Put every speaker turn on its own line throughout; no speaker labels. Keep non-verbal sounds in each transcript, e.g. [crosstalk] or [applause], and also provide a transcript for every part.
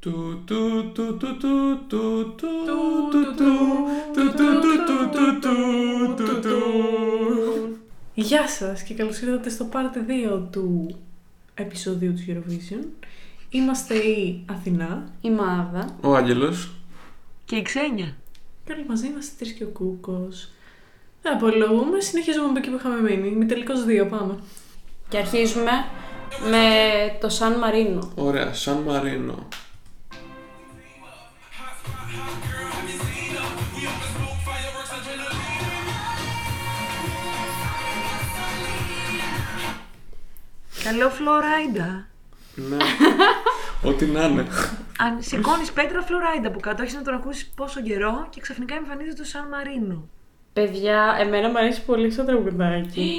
Του, του, του, του, του, του, του, του, του, του, του, του, του, του, του, του.
Γεια σας και καλώς ήρθατε στο Part 2 του επεισοδίου του Eurovision. Είμαστε η Αθηνά.
Η Μάδα.
Ο Άγγελος.
Και η Ξένια.
Και όλοι μαζί είμαστε τρεις και ο Κούκος. Δεν απολογούμε, συνεχίζουμε από εκεί που είχαμε μείνει. Μη τελικός 2, πάμε.
Και αρχίζουμε με το Σαν Μαρίνο.
Ωραία, Σαν Μαρίνο.
Καλό Φλωράιντα.
[laughs] Ναι. Ό,τι να είναι.
Αν σηκώνεις πέτρα Φλωράιντα που κάτω έχει να τον ακούσει πόσο καιρό και ξαφνικά εμφανίζεται το Σαν Μαρίνο.
Παιδιά, εμένα μου αρέσει πολύ αυτό το τραγουδάκι.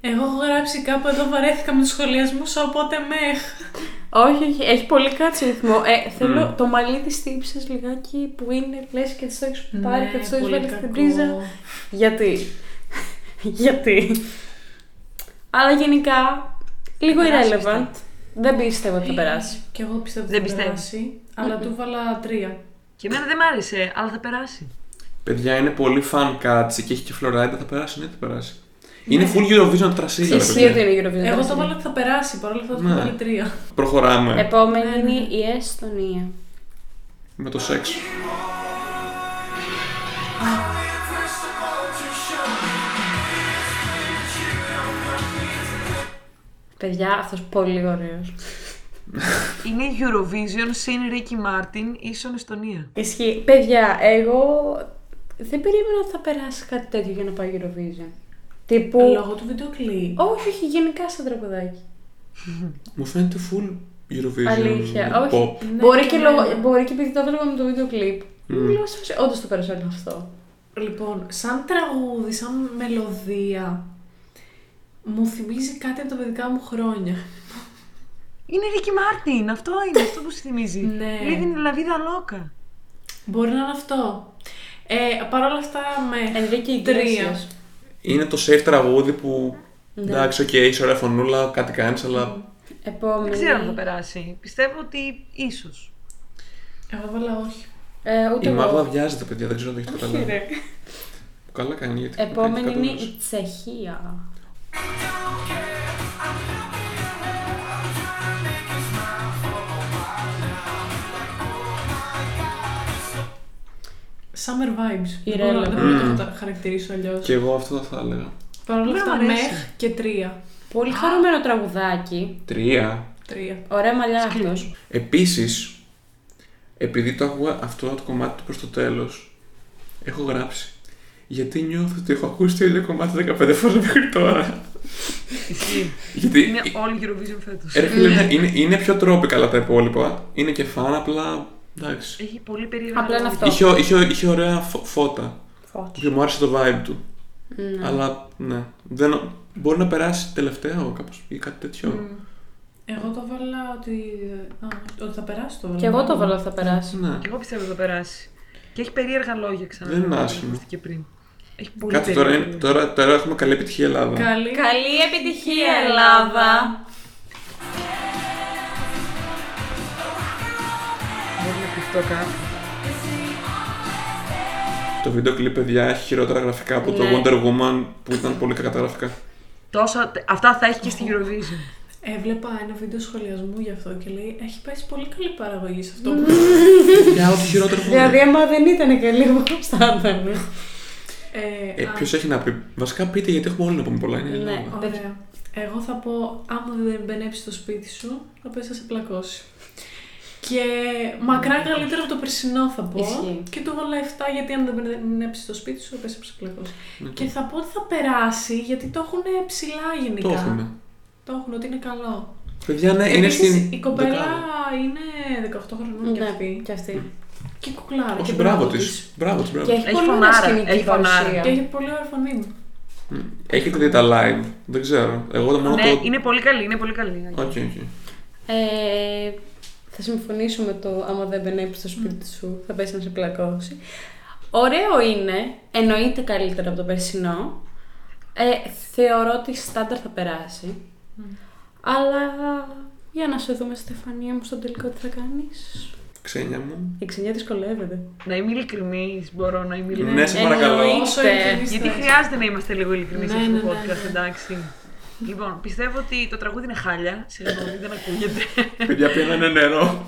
Εγώ έχω γράψει κάπου εδώ, βαρέθηκα με τους σχολιασμούς, οπότε μεχ.
[gasps] όχι, όχι, έχει πολύ κάτσι ρυθμό. Ε,
Mm.
θέλω το μαλλί τη τύψη λιγάκι που είναι λες και τη το έχεις
Ναι,
πάρει και τη το έχεις
πολύ
βάλει στην
κακό.
πρίζα. [laughs] Γιατί. Γιατί. Αλλά γενικά, λίγο
περάσει
irrelevant. Δεν πίστευα ότι θα
[gasps]
περάσει.
Και εγώ πιστεύω ότι
Δεν
θα
πιστεύω.
περάσει, αλλά του βάλα τρία.
Και εμένα δεν μ' άρεσε, αλλά θα περάσει.
Παιδιά είναι πολύ fan κάτσι και έχει και φλωράιντα. Θα περάσει, ναι, θα περάσει. Είναι full Eurovision τρασίλα,
Εσύ ότι είναι η Eurovision.
Εγώ το
Βραζιλία.
βάλα ότι θα περάσει, παρόλα αυτά του
Ναι.
βάλα τρία.
Προχωράμε
Επόμενη είναι η Εστονία.
με το σεξ.
Παιδιά, αυτός πολύ ωραίος.
Είναι η Eurovision συν Ricky Μάρτιν ίσον Εστονία.
Ισχύει. Παιδιά, εγώ δεν περίμενα ότι θα περάσει κάτι τέτοιο για να πάει Eurovision. Τύπου.
Λόγω του βίντεο κλειπ.
Όχι, όχι, γενικά σαν τραγουδάκι.
Μου φαίνεται full Eurovision.
Αλήθεια. Όχι.
pop. Mm.
Ναι,
μπορεί,
και
και λόγω-
εμένα.
μπορεί και επειδή το έβλεπα με το βίντεο κλιπ. Λέω σε φάση, όντως το πέρασε όλο αυτό.
Λοιπόν, σαν τραγούδι, σαν μελωδία, μου θυμίζει κάτι από τα παιδικά μου χρόνια.
Είναι Ricky Μάρτιν, αυτό είναι, αυτό που σου
[laughs]
θυμίζει.
Ναι.
Living La Vida Loca.
Μπορεί να είναι αυτό. Ε, Παρ' όλα αυτά με
Ενρίκη
τρία.
Ιγκρέσιος.
Είναι το safe τραγούδι που. Εντάξει, οκ, είσαι ωραία φωνούλα, κάτι κάνεις, αλλά.
Επόμενη.
Δεν ξέρω
Ναι.
αν θα περάσει. Πιστεύω ότι ίσως.
Εγώ βάλα όχι.
Ε, ούτε
Η
εγώ.
μάγδα βιάζεται, παιδιά, δεν ξέρω αν το έχετε καταλάβει.
Ρε.
Καλά κάνει γιατί.
Επόμενη
γιατί
είναι η Τσεχία.
Summer vibes.
Η
Δεν μπορώ-
Ρέλα.
Δεν μπορώ να
Μμμ.
το τα- χαρακτηρίσω αλλιώς.
Και εγώ αυτό θα έλεγα.
Παρ' όλα
Εμένα
αυτά
μου αρέσει.
μεχ και τρία.
Πολύ χαρούμενο τραγουδάκι.
Τρία.
Τρία.
Ωραία μαλλιά
Σκληρό.
αυτός.
Επίσης, επειδή το άκουγα αυτό το κομμάτι του προς το τέλος, έχω γράψει. Γιατί νιώθω ότι έχω ακούσει το ίδιο κομμάτι 15 φορές μέχρι τώρα. Γιατί.
Είναι όλη η Eurovision φέτος.
ε, ρε φίλε, ναι, είναι, είναι πιο τρόποι καλά τα υπόλοιπα. Είναι και φαν, απλά. Εντάξει.
Έχει πολύ περίεργα.
Απλά είναι
λόγια.
αυτό.
Είχε, είχε, είχε ωραία φω- φώτα.
Φως.
Και μου άρεσε το vibe του. Αλλά ναι. Δεν, μπορεί να περάσει τελευταίο κάπως ή κάτι τέτοιο.
Εγώ το βάλα ότι. Α, ότι θα περάσει το.
Και εγώ το βάλω ότι θα περάσει.
Ναι.
Εγώ πιστεύω ότι θα περάσει. Και έχει περίεργα λόγια ξανά.
Δεν είναι
όπως
άσχημο.
ακούστηκε πριν. Έχει πολύ
Κάτσε τώρα,
περίεργα
είναι-
λόγια.
τώρα, τώρα έχουμε καλή επιτυχία Ελλάδα.
Καλή.
Καλή επιτυχία, Ελλάδα!
Μπορεί να κρυφτώ κάπου.
Το βίντεο κλιπ, παιδιά, έχει χειρότερα γραφικά από το
Ναι.
Wonder Woman που ήταν πολύ κακά τα γραφικά.
Τόσα, αυτά θα έχει και στην Eurovision.
Έβλεπα ένα βίντεο σχολιασμού γι' αυτό και λέει Έχει πέσει πολύ καλή παραγωγή σε αυτό.
Για ό,τι χειρότερο
Δηλαδή, άμα δεν ήταν καλή, εγώ πώς θα ήταν.
ε,
Ε,
α,
Ποιος έχει να πει. Βασικά πείτε γιατί έχουμε όλοι να πούμε πολλά. Είναι
Ναι.
Ελλάδα.
Ωραία. Εγώ θα πω, άμα δεν μπενέψει στο σπίτι σου, θα πες θα σε πλακώσει. Και μακρά καλύτερα από το περσινό θα πω.
Ισχύει.
Και το βάλα 7 γιατί αν δεν μπενέψει στο σπίτι σου, θα πες θα σε πλακώσει. Και θα πω ότι θα περάσει γιατί το έχουν ψηλά γενικά.
Το έχουμε.
Το έχουν, ότι είναι καλό.
Παιδιά, ναι, είναι
Επίσης,
στην.
η κοπέλα
δεκάδα. Ναι.
είναι 18 χρονών και αυτή.
και αυτή.
Και κουκλάρα.
Όχι,
και
μπράβο της.
της.
Μπράβο της, μπράβο.
Και
της.
έχει
Έχει
πολύ ωραία
φωνάρα,
σκηνική
έχει φωνάρα.
Και
παρουσία.
έχει πολύ ωραία φωνή.
Έχετε δει τα live. Δεν ξέρω. Εγώ το μόνο
Ναι,
το.
είναι πολύ καλή, είναι πολύ καλή.
Όχι, όχι.
Ε, θα συμφωνήσω με το άμα δεν μπενέψει στο σπίτι σου, θα πέσει να σε πλακώσει. Ωραίο είναι, εννοείται καλύτερα από το περσινό. Ε, θεωρώ ότι στάνταρ θα περάσει. Αλλά για να σε δούμε, Στεφανία μου, στον τελικό τι θα κάνεις.
Ξένια μου.
Η ξενιά δυσκολεύεται.
Να είμαι ειλικρινή, μπορώ να είμαι
Ναι,
ειλικρινή.
σε παρακαλώ.
εννοείται.
Όσο ειλικρινής
Γιατί
θες.
χρειάζεται να είμαστε λίγο ειλικρινείς
Ναι,
σε αυτό
ναι,
το
ναι,
podcast,
ναι.
εντάξει. λοιπόν, πιστεύω ότι το τραγούδι είναι χάλια. Συγγνώμη, δεν ακούγεται. [laughs]
Παιδιά πήραν νερό.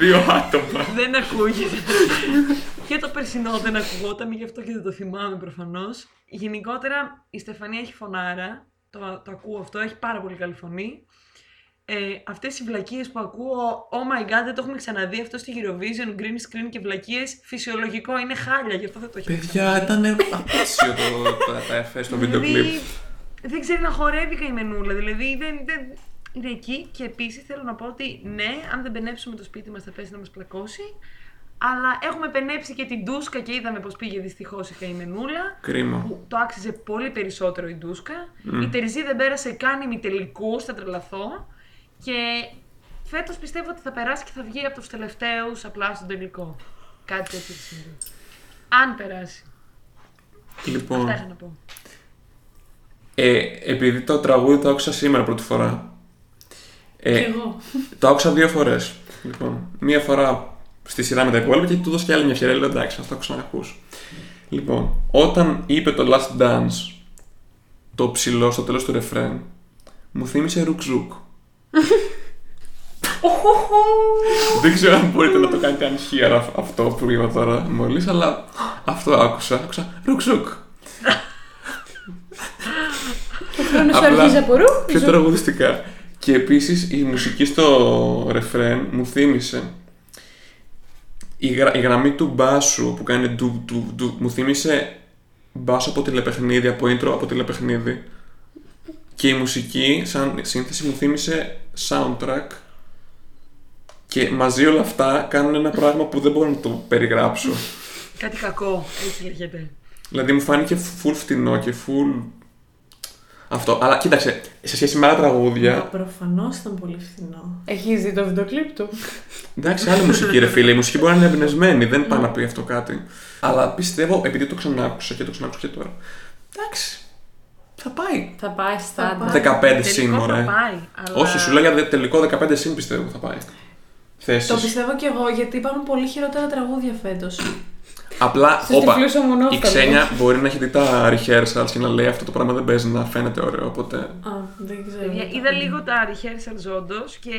Δύο άτομα.
δεν ακούγεται. και το περσινό δεν ακουγόταν, γι' αυτό και δεν το θυμάμαι προφανώς. Γενικότερα η Στεφανία έχει φωνάρα. Το, το ακούω αυτό, έχει πάρα πολύ καλή φωνή. Ε, Αυτές οι βλακίες που ακούω, oh my god, δεν το έχουμε ξαναδεί αυτό στη Eurovision, green screen και βλακίες. Φυσιολογικό, είναι χάλια, γι' αυτό δεν το έχει
Παιδιά, ήταν απέσιο το, τα, τα εφέ στο βίντεο κλιπ.
Δηλαδή, δεν ξέρει να χορεύει καημενούλα. Δηλαδή, δεν, δεν... είναι εκεί. Και επίσης θέλω να πω ότι ναι, αν δεν πενέψουμε το σπίτι μας, θα πέσει να μας πλακώσει. Αλλά έχουμε πενέψει και την ντούσκα και είδαμε πώ πήγε δυστυχώς η καημενούλα.
Κρίμα.
Που το άξιζε πολύ περισσότερο η ντούσκα. Η Τερζή δεν πέρασε καν ημιτελικού, θα τρελαθώ. Και φέτος πιστεύω ότι θα περάσει και θα βγει από τους τελευταίους απλά στον τελικό. Κάτι τέτοιο θα συμβεί. Αν περάσει. Αυτά είχα
Λοιπόν,
να πω.
ε, επειδή το τραγούδι το άκουσα σήμερα πρώτη φορά.
Κι
Ε,
εγώ.
το άκουσα δύο φορές. Λοιπόν, μία φορά στη σειρά με τα υπόλοιπα και του δώσε και άλλη μια ευκαιρία. Λέω εντάξει, να το ξανακού. Λοιπόν, όταν είπε το last dance το ψηλό στο τέλος του ρεφρέν, μου θύμισε ρουκζούκ. Δεν ξέρω αν μπορείτε να το κάνετε αν here αυ- αυτό που είπα τώρα μόλις, αλλά αυτό άκουσα. Άκουσα ρουκζούκ.
Ο χρόνο σου
Απλά
αρχίζει από ρου.
Πιο
ζου.
τραγουδιστικά. Και επίσης η μουσική στο ρεφρέν μου θύμισε. Η, γρα- η γραμμή του μπάσου που κάνει ντου, ντου, ντου, μου θύμισε μπάσο από τηλεπαιχνίδι, από intro από τηλεπαιχνίδι. Και η μουσική, σαν σύνθεση, μου θύμισε soundtrack. Και μαζί όλα αυτά κάνουν ένα πράγμα που δεν μπορώ να το περιγράψω.
Κάτι κακό, έτσι λέγεται.
Δηλαδή μου φάνηκε full φτηνό και full. Αυτό. Αλλά κοίταξε, σε σχέση με άλλα τραγούδια,
Προφανώς ήταν πολύ φθηνό.
Έχει δει το βίντεο κλιπ του.
Εντάξει, άλλη μουσική, ρε φίλε. Η μουσική μπορεί να είναι εμπνευσμένη, δεν πάει να πει αυτό κάτι. Αλλά πιστεύω, επειδή το ξανάκουσα και το ξανάκουσα και τώρα. Εντάξει. Θα πάει.
Θα πάει
στάντα.
στάντα.
Δεκα-
15 συν,
Τελικό θα
ωραία.
πάει, αλλά...
ναι. Όχι, σου λέω για δε- τελικό 15 συν πιστεύω θα πάει. Θέσεις.
Το πιστεύω κι εγώ γιατί υπάρχουν πολύ χειρότερα τραγούδια φέτος.
Απλά,
Στους
όπα.
τυφλούς
Η
ομονόφθαλμους.
ξένια μπορεί να έχει δει τα rehearsals και να λέει αυτό το πράγμα δεν παίζει να φαίνεται ωραίο. Οπότε.
Α, δεν ξέρω. Ε,
Παιδιά, Ε, Είδα λίγο τα rehearsals όντως και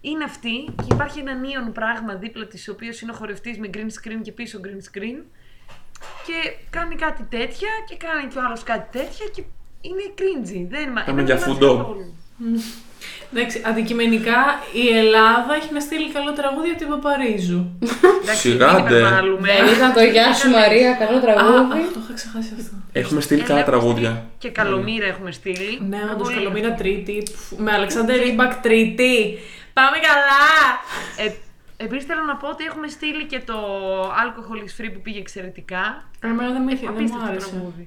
είναι αυτή και υπάρχει ένα neon πράγμα δίπλα της, ο οποίος είναι ο χορευτής με green screen και πίσω green screen και κάνει κάτι τέτοια και κάνει κι ο άλλος κάτι τέτοια και είναι cringy. Δεν μα...
Πάμε
εμένα
για
δεν μ' άρεσε
φουντό.
καθόλου.
Εντάξει, αντικειμενικά η Ελλάδα έχει να στείλει καλό τραγούδι από την Παπαρίζου.
Εντάξει,
Σιγά,
μην
ντε.
υπερβάλλουμε.
Δεν ήταν Ναι, το Γεια σου Μαρία, καλό
Α,
τραγούδι.
αχ, το είχα ξεχάσει αυτό.
Έχουμε στείλει
Ε,
καλά
έχουμε
τραγούδια.
στείλει Και καλομήρα έχουμε στείλει.
Ναι,
Να
όντω
πολύ.
καλομήρα τρίτη. Πφ, Με Αλεξάνδρ Ρίμπακ τρίτη. Πάμε καλά!
Ε, Επίσης θέλω να πω ότι έχουμε στείλει και το alcohol is free που πήγε εξαιρετικά.
Εμένα δεν με είχε- δεν μου
Απίστευτο
άρεσε.
τραγούδι.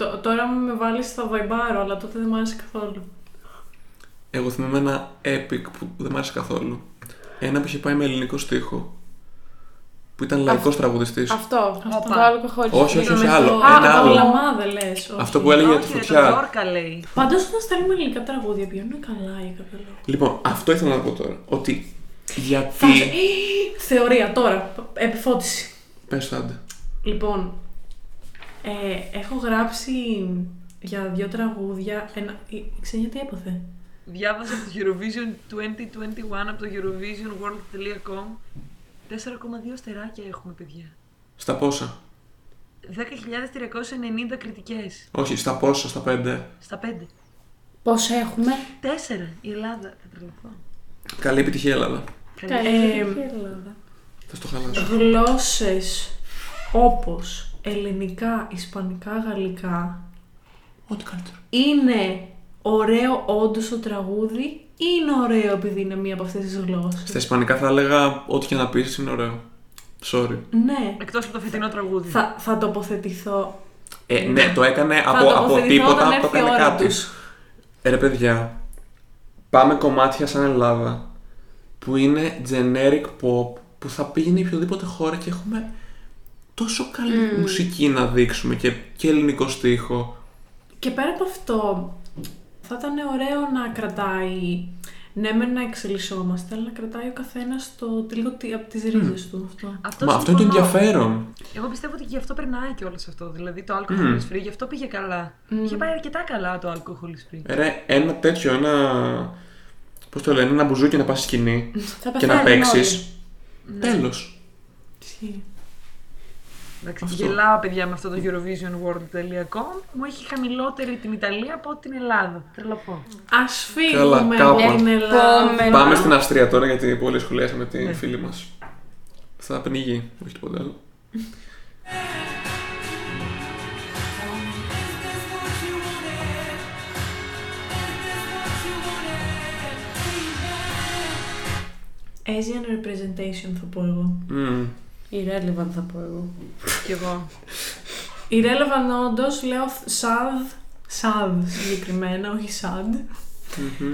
Το- Τώρα με βάλεις στο βαϊμπάρο, αλλά τότε δεν μου άρεσε καθόλου.
Εγώ θυμάμαι ένα epic που δεν μ' άρεσε καθόλου. Ένα που είχε πάει με ελληνικό στίχο. Που ήταν λαϊκός τραγουδιστής.
Αυτό.
Όπα.
Το άλλο χωρίς.
Όχι, όχι,
Ήταν
όχι
με
άλλο.
το-
Ένα
Α, το
άλλο.
λαμά δεν λες.
Αυτό που έλεγε τη
Όχι, ρε, το
φωτιά.
Γιόρκα λέει.
Πάντως όταν στέλνουμε ελληνικά τραγούδια πηγαίνουν καλά για κάποιο λόγο.
Λοιπόν, αυτό ήθελα να πω τώρα. Ότι
Θα-
γιατί.
[gasps] Θεωρία τώρα. Επιφώτιση.
Πες το άντε.
Λοιπόν, ε, έχω γράψει για δύο τραγούδια. Ένα... η- η Ξένια τι έπαθε.
Διάβασα από το Eurovision 2021 από το eurovisionworld.com 4,2 στεράκια έχουμε, παιδιά.
Στα πόσα.
10.390 κριτικές.
Όχι, στα πόσα, στα πέντε.
Στα 5.
Πώς έχουμε.
4. Η Ελλάδα. Θα τρελαθώ.
Καλή επιτυχία, Ελλάδα.
Ε,
Θα στο χαλάσω.
γλώσσες όπως ελληνικά, ισπανικά, γαλλικά
Ό,τι καλύτερο.
είναι ωραίο όντως το τραγούδι ή είναι ωραίο επειδή είναι μία από αυτές τις γλώσσες.
Στα ισπανικά θα έλεγα ό,τι και να πεις είναι ωραίο. Sorry.
Ναι,
Εκτός από το φετινό τραγούδι.
θα, θα τοποθετηθώ.
Ε, ναι, το έκανε
Θα
από, από
τοποθετηθώ όταν
τίποτα, το
έρθει η
έκανε
ώρα
κάτι.
τους.
Ε, Ρε παιδιά, πάμε κομμάτια σαν Ελλάδα που είναι generic pop που θα πήγαινε οποιοδήποτε χώρα και έχουμε τόσο καλή
Mm.
μουσική να δείξουμε και, και ελληνικό στίχο.
Και πέρα από αυτό, θα ήταν ωραίο να κρατάει Ναι, μεν να εξελισσόμαστε, αλλά κρατάει ο καθένας το λίγο από τις ρίζες του αυτό.
Αυτό
Μα αυτό είναι το
συμφωνώ.
ενδιαφέρον.
Εγώ πιστεύω ότι γι' αυτό περνάει και όλος αυτό. Δηλαδή το alcohol is free, γι' αυτό πήγε καλά. Είχε πάει αρκετά καλά το alcohol is free.
Ρε, ένα τέτοιο, ένα. Πώς το λένε, ένα μπουζούκι να πας σκηνή
Θα
και να Ναι.
πεθάνουν όλοι.
παίξει. Τέλος.
Ισχύει.
Εντάξει,
Αυτό.
γελάω παιδιά με αυτό το EurovisionWorld.com. Μου έχει χαμηλότερη την Ιταλία από την Ελλάδα. Τρελαθώ.
Ας
Καλά,
φύγουμε
κάπου.
από την Ελλάδα.
Επόμενο.
Πάμε στην Αυστρία τώρα γιατί πολύ σχολιάσαμε τη
Ναι.
φίλη μας. Θα πνίγει, όχι τίποτα άλλο.
Asian representation θα πω εγώ.
Μμμ.
Irrelevant θα πω εγώ.
Κι εγώ.
Irrelevant όντως λέω sad, sad συγκεκριμένα, όχι sad.
Μμμ.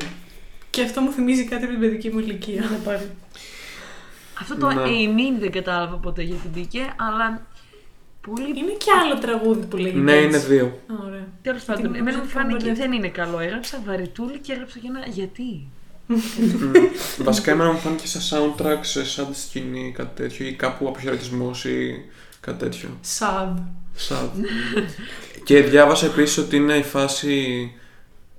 Και αυτό μου θυμίζει κάτι από την παιδική μου ηλικία.
Θα πάρει.
Αυτό το
Ναι.
Aiming δεν κατάλαβα ποτέ γιατί μπήκε, αλλά πολύ.
Είναι και άλλο τραγούδι που λέγεται
Ναι, είναι
έτσι.
δύο.
Α, Ωραία.
Τέλος
την
πάντων, εμένα μου
μουσική
φάνηκε
μπερδεύτηκα.
δεν είναι καλό. Έγραψα βαρετούλη και έγραψα και ένα γιατί.
Βασικά εμένα μου φάνηκε σαν soundtrack, σε σαν σκηνή, κάτι τέτοιο ή κάπου αποχαιρετισμός ή κάτι τέτοιο.
Sad.
[laughs]
Sad. και διάβασα επίσης ότι είναι η φάση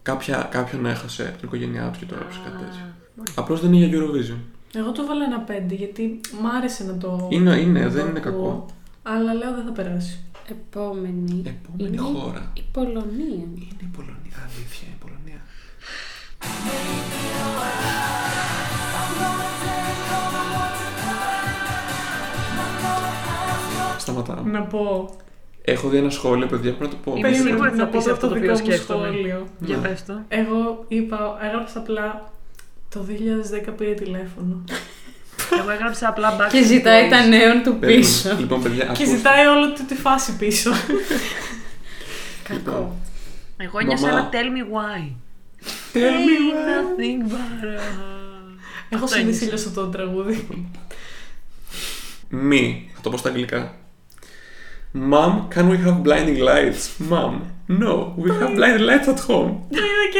κάποια, κάποιον έχασε από την οικογένειά του και το έγραψε κάτι τέτοιο. Απλώς δεν είναι για Eurovision.
Εγώ του βάλα ένα πέντε γιατί μ' άρεσε να το.
Είναι, είναι,
να το
δεν είναι
ακούω.
κακό.
Αλλά λέω δεν θα περάσει.
Επόμενη.
Επόμενη
είναι
χώρα.
Η Πολωνία.
Είναι η Πολωνία, αλήθεια, η Πολωνία. Σταματάω.
Να πω.
Έχω δει ένα σχόλιο, παιδιά, πρέπει να το πω.
Είμαι
Περίμενε,
σίγουρη ότι
να
θα
πω
πεις αυτό το οποίο
δικό μου
σκέφτομαι.
σχόλιο.
Για
Ναι.
πες το.
Εγώ είπα, έγραψα απλά το 2010 πήρε τηλέφωνο.
Εγώ έγραψα απλά back.
Και ζητάει τα νέων του
Περίμενε.
πίσω.
Λοιπόν, παιδιά,
Και
ακούστε.
ζητάει όλη του τη φάση πίσω.
Λοιπόν,
Κακό.
Εγώ ένιωσα
Μαμά.
ένα tell me why.
Tell me why.
Nothing but a...
[laughs] Έχω
Αυτό ένιωσα.
συνδυσίλιο αυτό το τραγούδι.
Μη, θα το πω στα αγγλικά. Mom, can we have blinding lights? Mom, no, we have blinding lights at home.
Ναι,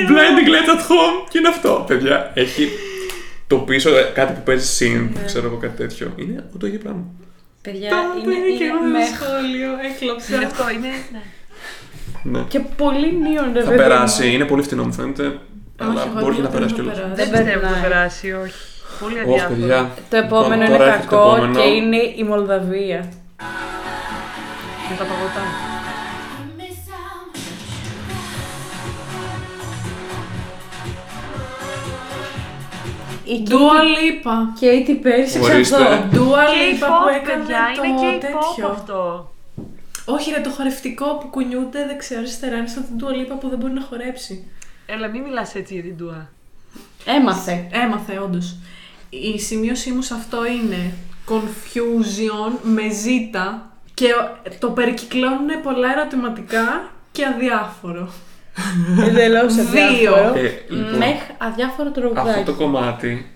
Blinding lights at home και είναι αυτό. Παιδιά, έχει το πίσω ε, κάτι που παίζει
Ναι.
synth, ξέρω εγώ κάτι τέτοιο. Είναι το ίδιο πράγμα.
Παιδιά,
Το
είναι,
πήρε και
είναι
εγώ το
μέχ.
σχόλιο.
Είναι
Έκλαψα.
αυτό, είναι... ναι.
Ναι.
Και πολύ νίον, ρε
Θα
παιδί μου.
περάσει, είναι πολύ φθηνό μου φαίνεται. Αλλά
Όχι, εγώ
μπορεί και να
δεν θα
περάσει
το
κιόλα.
περάσω.
Δεν
Δεν πιστεύω ότι θα
περνάει.
περάσει, όχι. Πολύ
Όχι,
αδιάφορο.
παιδιά.
Το επόμενο
Λοιπόν,
είναι
τώρα έρχεται το
κακό
επόμενο.
και είναι η Μολδαβία.
Με τα παγωτά.
Η
Dua Lipa.
Κέιτι πέρσι
Ορίστε.
ξαδό.
Dua Lipa που
K-pop,
έκανε
παιδιά, είναι
ναι, το
K-pop
τέτοιο.
αυτό.
Όχι, ρε, το χορευτικό που κουνιούνται δεξιά-αριστερά είναι σαν την Dua Lipa που δεν μπορεί να χορέψει.
Έλα, μην μιλάς έτσι για την Dua.
Έμαθε.
Έμαθε, όντως. Η σημείωσή μου σε αυτό είναι confusion με ζήτα και το περικυκλώνουν πολλά ερωτηματικά και αδιάφορο.
Εντελώ
αδιάφορο.
Ε, λοιπόν,
Μέχ αδιάφορο
αυτό το
τραγουδάκι.
κομμάτι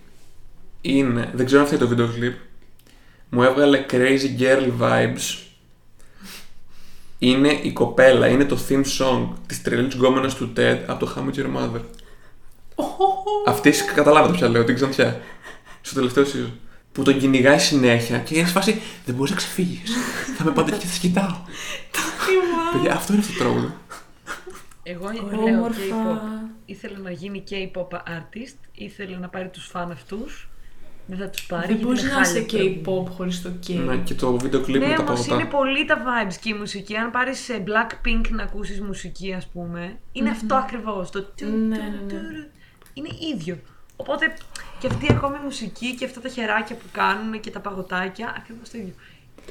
είναι. Δεν ξέρω αν αυτό είναι το βίντεο κλιπ. Μου έβγαλε crazy girl vibes. Είναι η κοπέλα, είναι το theme song της τρελής γκόμενας του TED από το How Met Your Mother. Αυτή καταλάβατε ποια λέω, την ξανθιά. Στο τελευταίο season. Που τον κυνηγάει συνέχεια και είναι σε φάση Δεν μπορείς να ξεφύγεις. θα με πάτε και θα σε κοιτάω.
[laughs]
Παιδιά, αυτό είναι αυτό το τραγούδι.
Εγώ λέω K-pop.
Όμορφα.
Ήθελε να γίνει K-pop artist, ήθελε να πάρει τους φαν αυτούς. Δεν θα τους πάρει.
Δεν
γιατί
μπορείς
είναι
να είσαι
χάλια τραγούδια.
K-pop χωρίς το K.
Ναι, και το βίντεο κλιπ με
Ναι,
τα
όμως είναι
παγωτά.
πολύ τα vibes και η μουσική. Αν πάρεις Blackpink να ακούσεις μουσική, ας πούμε, είναι αυτό ακριβώς. Το του-
Ναι,
του-
ναι, ναι.
του- Είναι ίδιο. Οπότε και αυτή ακόμη η μουσική και αυτά τα χεράκια που κάνουν και τα παγωτάκια, ακριβώς το ίδιο.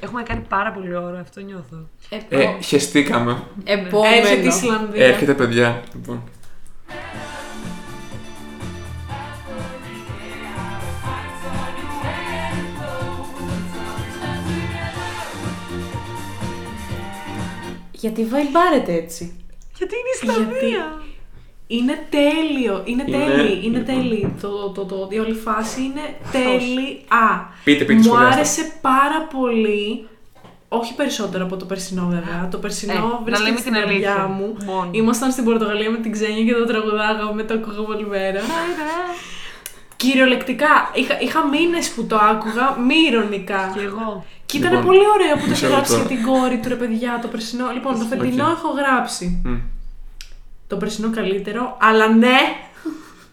Έχουμε κάνει πάρα πολύ ώρα, αυτό νιώθω.
Ε, χεστήκαμε.
Έρχεται η
Επόμενο.
Ισλανδία.
Ε.
Έρχεται, παιδιά. Λοιπόν.
Γιατί βαϊμπάρετε έτσι.
Γιατί είναι η Ισλανδία!
Είναι τέλειο, είναι
Είναι,
τέλειο, είναι
λοιπόν.
τέλειο. Το, το, το, η όλη φάση είναι τέλεια.
Πείτε, πείτε,
Μου
σχολιάστε.
άρεσε πάρα πολύ, όχι περισσότερο από το περσινό βέβαια. Το περσινό
Ε,
βρίσκεται
να λέμε
στην
την αλήθεια.
καρδιά μου.
Μόνο.
Ήμασταν στην Πορτογαλία με την Ξένια και το τραγουδάγαμε, το ακούγαμε όλη μέρα. Κυριολεκτικά. Είχα, είχα μήνες που το άκουγα, μη ηρωνικά.
Και εγώ.
Και ήταν
Λοιπόν,
πολύ ωραίο που το είχε
μισό
γράψει για
λεπτό.
την κόρη του ρε παιδιά, το περσινό. Λοιπόν, το φετινό
Οκ.
έχω γράψει.
Μμ.
Το περσινό καλύτερο, αλλά ναι!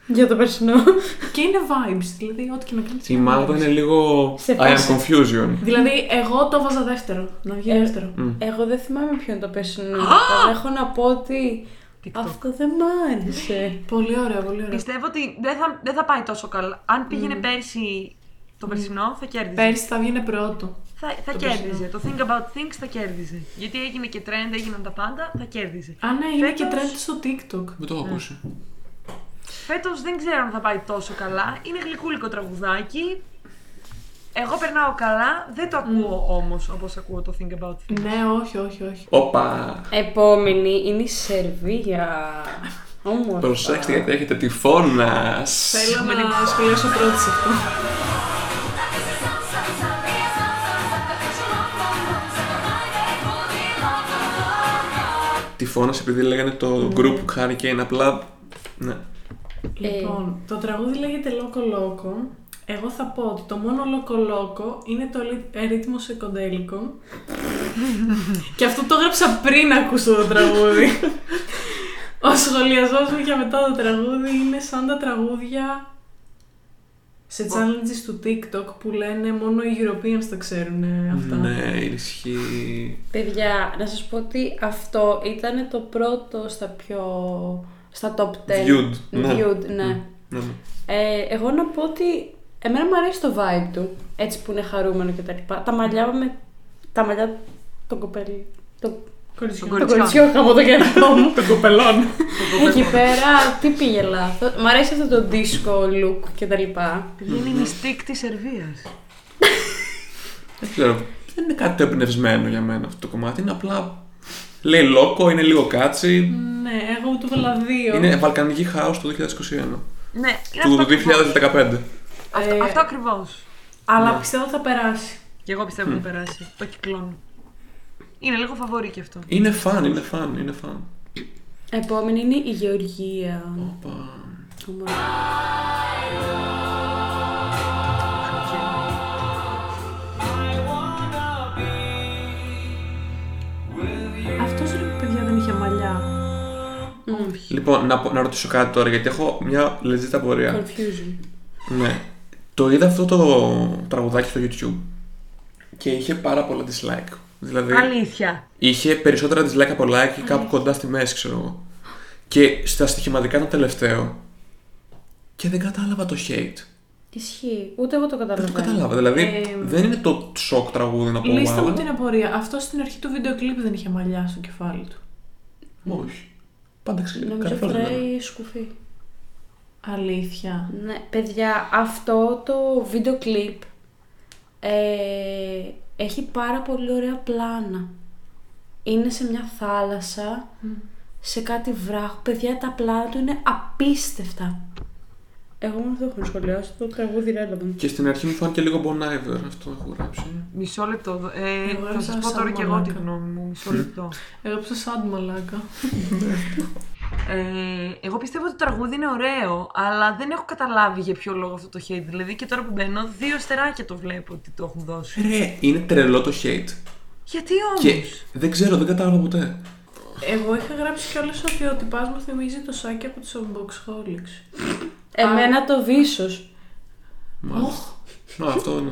Για το περσινό.
Και είναι vibes, δηλαδή ό,τι και να κάνεις.
Η μαύρα είναι λίγο.
Σε
I am
φάση.
confusion.
Δηλαδή, εγώ το βάζα δεύτερο. Να βγει
Ε,
δεύτερο.
Μμ.
Εγώ δεν θυμάμαι ποιο είναι το περσινό. Αλλά έχω να πω ότι
TikTok.
αυτό δεν μ' άρεσε.
Πολύ ωραίο, πολύ ωραίο.
Πιστεύω ότι δεν θα, δεν θα πάει τόσο καλά. Αν πήγαινε πέρσι το περσινό, θα κέρδιζες.
Πέρσι θα βγαίνει πρώτο.
Θα, θα κέρδιζε. Το Think About Things θα κέρδιζε. Γιατί έγινε και trend, έγιναν τα πάντα, θα κέρδιζε.
Α, ναι, είναι και
Φέτος-
trend στο TikTok.
Δεν το έχω ακούσει.
Φέτος δεν ξέρω αν θα πάει τόσο καλά. Είναι γλυκούλικο τραγουδάκι. Εγώ περνάω καλά. Δεν το ακούω όμως όμω όπως ακούω το Think About Things.
Ναι, όχι, όχι, όχι.
Όπα!
Επόμενη είναι η Σερβία. Όμορφα.
Προσέξτε γιατί έχετε τυφώνα.
Θέλω να σχολιάσω πρώτη σε αυτό.
Τυφώνα επειδή λέγανε το
Ναι.
group Hurricane απλά. Ναι.
Λοιπόν, το τραγούδι λέγεται Λόκο Λόκο. Εγώ θα πω ότι το μόνο Λόκο Λόκο είναι το λι- ε, ρύθμο σε
[laughs]
κοντέλικο. και αυτό το έγραψα πριν ακούσω το τραγούδι. Ο σχολιασμός μου για μετά το τραγούδι είναι σαν τα τραγούδια σε challenges του TikTok που λένε μόνο οι Europeans τα ξέρουν αυτά.
Ναι, ισχύει.
Παιδιά, να σας πω ότι αυτό ήταν το πρώτο στα πιο... στα top 10.
Viewed, ναι.
Viewed, ναι.
Ναι, ναι.
Ε, εγώ να πω ότι εμένα μου αρέσει το vibe του, έτσι που είναι χαρούμενο και τα λοιπά. Τα μαλλιά με... τα μαλλιά των κοπέλι... των
Κοριτσιό.
Τον
των
κοριτσιών.
κοριτσιών χαμώ το κεφτό [laughs] μου.
Των κοπελών.
Εκεί πέρα, τι πήγε λάθος. Μ' αρέσει αυτό το disco look και τα λοιπά.
Είναι η μυστικ της Σερβίας.
Δεν ξέρω. Δεν είναι κάτι το εμπνευσμένο για μένα αυτό το κομμάτι. Είναι απλά. Λέει λόκο, είναι λίγο κάτσι.
ναι, εγώ του βάλα δύο.
Είναι βαλκανική χάος του 2021.
Ναι, είναι αυτό
Του
ακριβώς.
2015.
Αυτό,
Ε,
αυτό ναι. ακριβώς.
Αλλά πιστεύω θα περάσει.
Και εγώ πιστεύω ότι θα περάσει. Το κυκλώνω. Είναι λίγο φαβορή και αυτό.
Είναι φαν, είναι φαν, είναι φαν.
Επόμενη είναι η Γεωργία.
Όπα.
Όμορφα.
Αυτός ρε παιδιά δεν είχε μαλλιά.
Λοιπόν, να, πω- να ρωτήσω κάτι τώρα, γιατί έχω μια legit απορία.
Confusion.
Ναι. Το είδα αυτό το τραγουδάκι στο YouTube και είχε πάρα πολλά dislike. Δηλαδή,
Αλήθεια.
είχε περισσότερα dislike από like κάπου κοντά στη μέση, ξέρω εγώ. Και στα στοιχηματικά ήταν τελευταίο. Και δεν κατάλαβα το hate.
Ισχύει. Ούτε εγώ το
Δεν το
καταλαβαίνω.
κατάλαβα. Δηλαδή,
Ε,
δεν είναι το σοκ τραγούδι να πω.
Λύστε
wow,
μου
αλλά-
την απορία. Αυτό στην αρχή του βίντεο κλιπ δεν είχε μαλλιά στο κεφάλι του.
Όχι. Πάντα ξέρω.
Νομίζω
Καρφώ δεν
φοράει σκουφί.
Αλήθεια.
Ναι, παιδιά, αυτό το βίντεο κλιπ ε, έχει πάρα πολύ ωραία πλάνα. Είναι σε μια θάλασσα, σε κάτι βράχο. Παιδιά, τα πλάνα του είναι απίστευτα. Εγώ μόνο δεν έχω σχολιάσει το τραγούδι Relevant.
Και στην αρχή μου φάνηκε λίγο Bon Iver αυτό έχω γράψει.
Μισό λεπτό. Ε,
Εγώ
θα σας
έβγαζα
πω τώρα
σαν
και εγώ τη
μαλάκα.
γνώμη μου. Μισό λεπτό.
Εγώ ψω σαν μαλάκα.
Ε, εγώ πιστεύω ότι το τραγούδι είναι ωραίο, αλλά δεν έχω καταλάβει για ποιο λόγο αυτό το hate. Δηλαδή και τώρα που μπαίνω, δύο στεράκια το βλέπω ότι το έχουν δώσει.
Ρε, είναι τρελό το hate.
Γιατί όμω.
Και δεν ξέρω, δεν κατάλαβα ποτέ.
Εγώ είχα γράψει κιόλας ότι ο τυπάς μου θυμίζει το σάκι από τους Unboxholics.
Εμένα το βίσος.
Μάλιστα. Α, αυτό ναι.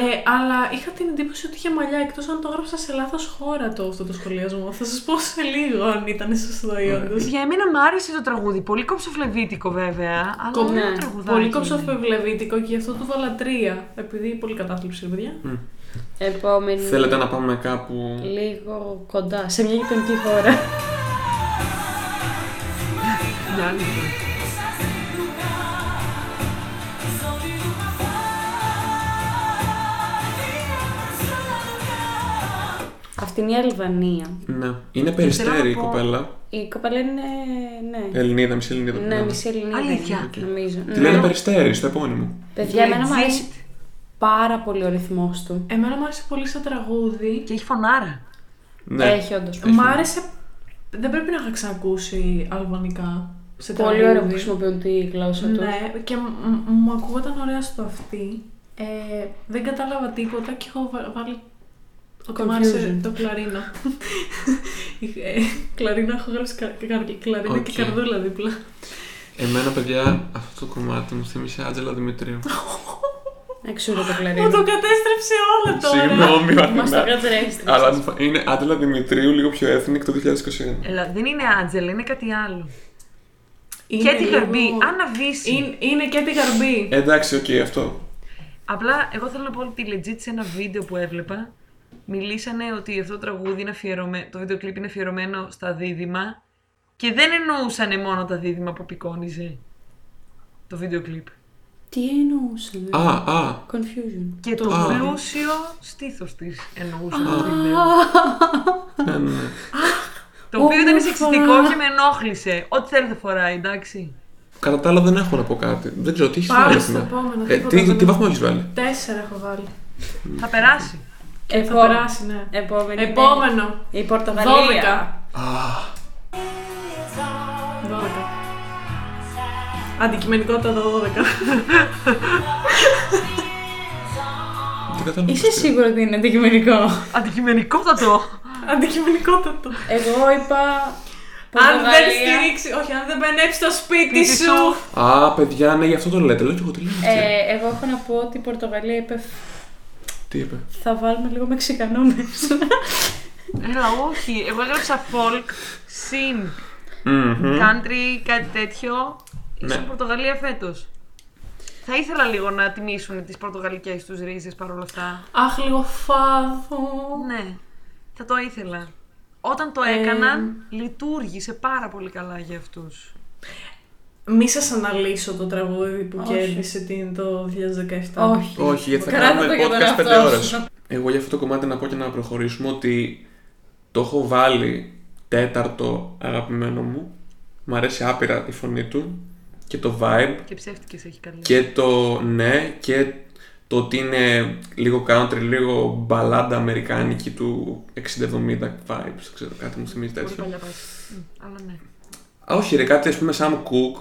Ε, αλλά είχα την εντύπωση ότι είχε μαλλιά εκτός αν το έγραψα σε λάθος χώρα το αυτό το σχολιασμό. Θα σας πω σε λίγο αν ήταν σωστό ή όντως.
Για εμένα μου άρεσε το τραγούδι. Πολύ κομψοφλεβίτικο βέβαια. Αλλά
Κομ-
είναι
ναι.
ένα τραγουδάκι.
Πολύ κοψοφευλεβήτικο και γι' αυτό του βάλα τρία. Επειδή πολύ κατάθλιψη, ρε παιδιά.
Επόμενη.
Θέλετε να πάμε κάπου.
Λίγο κοντά, σε μια γειτονική χώρα.
Μια άλλη.
Αυτή είναι η Αλβανία.
Ναι. Είναι περιστέρη η
πω-
κοπέλα.
Η κοπέλα είναι. Ναι,
Ελληνίδα, μισή Ελληνίδα.
ναι μισή ναι. Ελληνίδα. είναι,
Αλήθεια.
Νομίζω.
Ε, Τη λένε περιστέρη στο επώνυμο.
Παιδιά, εμένα μου
Legit.
αρέσει πάρα πολύ ο ρυθμός του.
Εμένα μου άρεσε πολύ σαν τραγούδι.
Και έχει φωνάρα.
Ναι.
Έχει όντως.
Μ' άρεσε. Δεν πρέπει να είχα ξανακούσει αλβανικά. σε
Πολύ
τραγούδι.
ωραία που χρησιμοποιούν τη γλώσσα τους.
Ναι, και μ- μ- μου ακούγονταν ωραία στο αυτή. Ε, δεν κατάλαβα τίποτα και έχω βα- βάλει. Ότι μου άρεσε
Confusion.
το κλαρίνο. [laughs] Ε, κλαρίνο, έχω γράψει κα- κα- κλαρίνο
Οκ.
και καρδούλα δίπλα.
Εμένα, παιδιά, αυτό το κομμάτι μου θύμισε Άτζελα Δημητρίου.
Εξούρα το
Μου
κλαρίνο.
το κατέστρεψε όλο
[laughs]
τώρα.
Συγγνώμη,
Μας το
Αθηνά.
κατρέστηκε.
Αλλά μου φα- είναι Άντελα Δημητρίου, λίγο πιο έθνικ το 2021.
Ελα, δεν είναι Άντζελ, είναι κάτι άλλο.
Είναι
και τη Γαρμπή,
λίγο-
αναβήσει.
Είναι, είναι και τη γαρμπή.
Ε, Εντάξει, οκ, αυτό.
Απλά εγώ θέλω να πω ότι legit σε ένα βίντεο που έβλεπα μιλήσανε ότι αυτό το τραγούδι είναι αφιερωμένο, το βίντεο κλιπ είναι αφιερωμένο στα δίδυμα και δεν εννοούσανε μόνο τα δίδυμα που πικόνιζε το βίντεο κλιπ.
Τι εννοούσαν. ε?
Α, α.
Confusion.
Και το,
Α.
πλούσιο στήθος της εννοούσαν το βίντεο.
Ναι, ναι, ναι.
Το οποίο ήταν
Όμορφα.
σεξιστικό και με ενόχλησε. Ό,τι θέλει θα φοράει, εντάξει.
Κατά τα άλλα δεν έχω να πω κάτι. Δεν ξέρω τι έχεις
Πάμε
βάλει.
στο
Αθηνά?
επόμενο,
Ε,
τίποτα
τι,
δεν
τι
έχω.
βαθμό έχεις βάλει.
Τέσσερα έχω βάλει.
Θα περάσει.
Και θα
Εγώ-
περάσει, ναι.
Ε, Επόμενη.
Επόμενο.
Η Πορτογαλία.
12. 12. Αντικειμενικότητα το 12.
Δεν κατάλαβα.
Είσαι σίγουρο ότι είναι αντικειμενικό.
Αντικειμενικότατο.
Αντικειμενικότατο.
Εγώ είπα.
Αν δεν
Πορτογαλία.
στηρίξει, όχι, αν δεν μπενέψει το σπίτι
Σπίτι
σου.
σου.
Α, παιδιά, ναι, γι' αυτό το λέτε. Λέω και εγώ τι λέω. αυτή.
Ε, εγώ έχω να πω ότι η Πορτογαλία είπε
Τι είπε.
θα βάλουμε λίγο Μεξικανό μέσα.
Έλα, όχι. Εγώ έγραψα folk, συν
Μμμ.
country, κάτι τέτοιο.
Ναι.
Ήσουν Πορτογαλία φέτος. Θα ήθελα λίγο να τιμήσουν τις πορτογαλικές τους ρίζες παρόλα αυτά.
Αχ, λίγο φάδο.
Ναι, θα το ήθελα. Όταν το
Ε,
έκαναν, λειτουργήσε πάρα πολύ καλά για αυτούς.
Μη σας αναλύσω το τραγούδι που
Όχι.
κέρδισε την το 2017.
Όχι.
Όχι, γιατί θα
Κράτα
κάνουμε
το για τον
podcast
εαυτό
5
σου.
ώρες. Εγώ για αυτό το κομμάτι να πω και να προχωρήσουμε ότι το έχω βάλει τέταρτο αγαπημένο μου. Μ' αρέσει άπειρα η φωνή του και το vibe
Και ψεύτικες έχει καλή.
και το ναι και το ότι είναι λίγο country, λίγο μπαλάντα αμερικάνικη του 60-70 vibes, δεν ξέρω, κάτι μου θυμίζει
Πολύ
τέτοιο.
παλιά πάση. Μμ, Αλλά ναι.
Α, όχι ρε, κάτι ας πούμε Sam Cooke,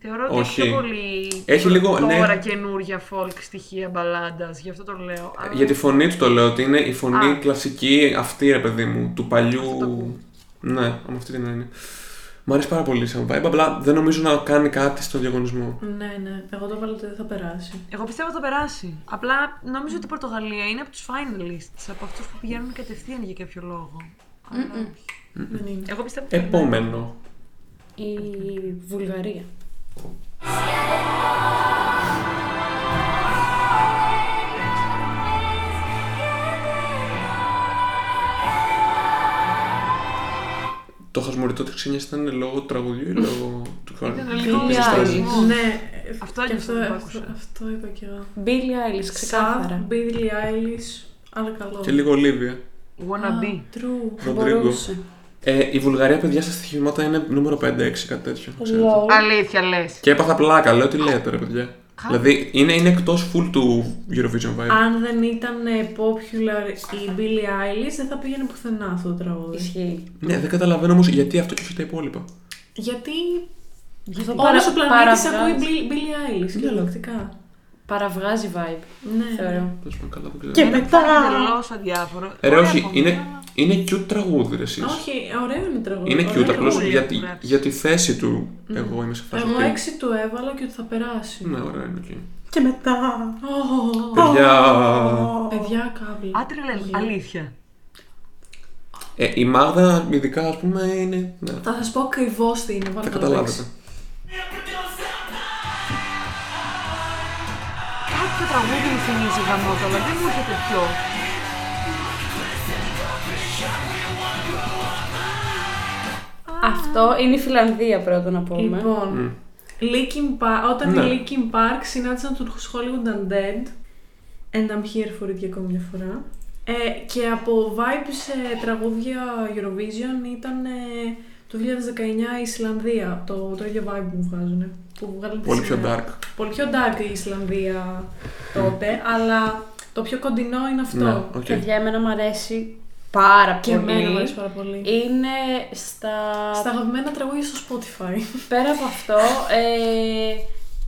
Θεωρώ ότι έχει
Όχι.
πιο πολύ
Έχει λίγο, ναι.
τώρα καινούργια folk στοιχεία μπαλάντας, γι' αυτό το λέω. Αλλά
για τη φωνή του το λέω ότι είναι η φωνή
Α.
κλασική αυτή ρε παιδί μου, του παλιού...
Αυτό το ακούω.
Ναι, με αυτή την έννοια. Μ' αρέσει πάρα πολύ σαν vibe, απλά δεν νομίζω να κάνει κάτι στον διαγωνισμό.
Ναι, ναι. Εγώ το βάλω ότι δεν θα περάσει.
Εγώ πιστεύω θα περάσει. Απλά νομίζω ότι η Πορτογαλία είναι από τους finalists, από αυτούς που πηγαίνουν κατευθείαν για κάποιο λόγο. Αλλά Ε, όχι.
Δεν είναι.
Εγώ πιστεύω ότι.
Επόμενο.
Η Βουλγαρία.
Το χασμουριτό της ξένιας ήταν λόγω τραγουδιού ή
[laughs]
λόγω του χρόνου.
Ήταν λίγο
της
Billie
ιστορίας.
Eilish.
Ναι,
Αυτό
και
είναι
αυτό,
αυτό που
αυτό,
άκουσα.
αυτό είπα και εγώ.
Billie Eilish,
Σαν
ξεκάθαρα.
Billie Eilish, αλλά καλό.
Και λίγο Ολίβια.
Wanna
Α,
be.
True.
Θα
Ροντρίγκο.
μπορούσε.
Ε, η Βουλγαρία, παιδιά, στα στοιχήματα είναι νούμερο 5-6, κάτι τέτοιο. ξέρετε.
Λολ.
Αλήθεια λες.
Και έπαθα πλάκα, λέω τι λέτε ρε παιδιά. δηλαδή είναι, είναι εκτός full του Eurovision vibe.
Αν δεν ήταν ε, popular η Billie Eilish, δεν θα πήγαινε πουθενά αυτό το τραγούδι.
Ισχύει.
ναι, δεν καταλαβαίνω όμως γιατί αυτό και όχι τα υπόλοιπα.
Γιατί
Γιατί
όλος ο πλανήτης ακούει
παραβγάζει-
Billie- Billie Eilish
Ναι, αλλά-
κυριολεκτικά.
Παραβγάζει vibe,
Ναι.
θεωρώ.
Τέλο πάντων, καλά, δεν ξέρω.
Και μετά.
Εντελώ αδιάφορο.
Ε, Ρε,
Ωραία
όχι,
φωνή,
είναι,
αλλά-
είναι cute τραγούδι, ρε εσείς.
Όχι, ωραίο είναι το τραγούδι.
Είναι
ωραίο
cute, απλώς
τραγούδι.
τραγούδι
για,
έχω
τη-
γράψει.
για τη θέση του εγώ είμαι σε φάση.
Εγώ
ότι-
έξι του έβαλα και ότι θα περάσει.
Ναι, ωραία είναι εκεί.
Και μετά.
Ω,
Παιδιά.
Παιδιά, καύλα.
Άτρε λένε, αλήθεια.
Ε, η Μάγδα, ειδικά, ας πούμε, είναι. Ναι,
Θα σας πω ακριβώς τι είναι,
θα
βάλτε το
καταλάβετε.
Κάποιο τραγούδι μου θυμίζει γαμότο, αλλά δεν μου έρχεται πιο.
Αυτό είναι η Φιλανδία πρώτο να
λέξη.
πούμε.
Λοιπόν, Linkin Park, όταν
Ναι.
οι Linkin Park συνάντησαν του Hollywood Undead and I'm here for it για ακόμη μια φορά ε, και από vibe σε τραγούδια Eurovision ήταν ε, το 2019 η Ισλανδία, το, το ίδιο vibe που βγάζουν. Που βγάλανε τη
Πολύ πιο
σήμερα.
dark.
Πολύ πιο dark η Ισλανδία τότε, αλλά το πιο κοντινό είναι αυτό.
Ναι, οκ.
Παιδιά, εμένα μου αρέσει πάρα
Και εμένα μου
πολύ.
αρέσει πάρα πολύ.
Είναι στα...
Στα αγαπημένα τραγούδια στο Spotify.
Πέρα από αυτό, ε,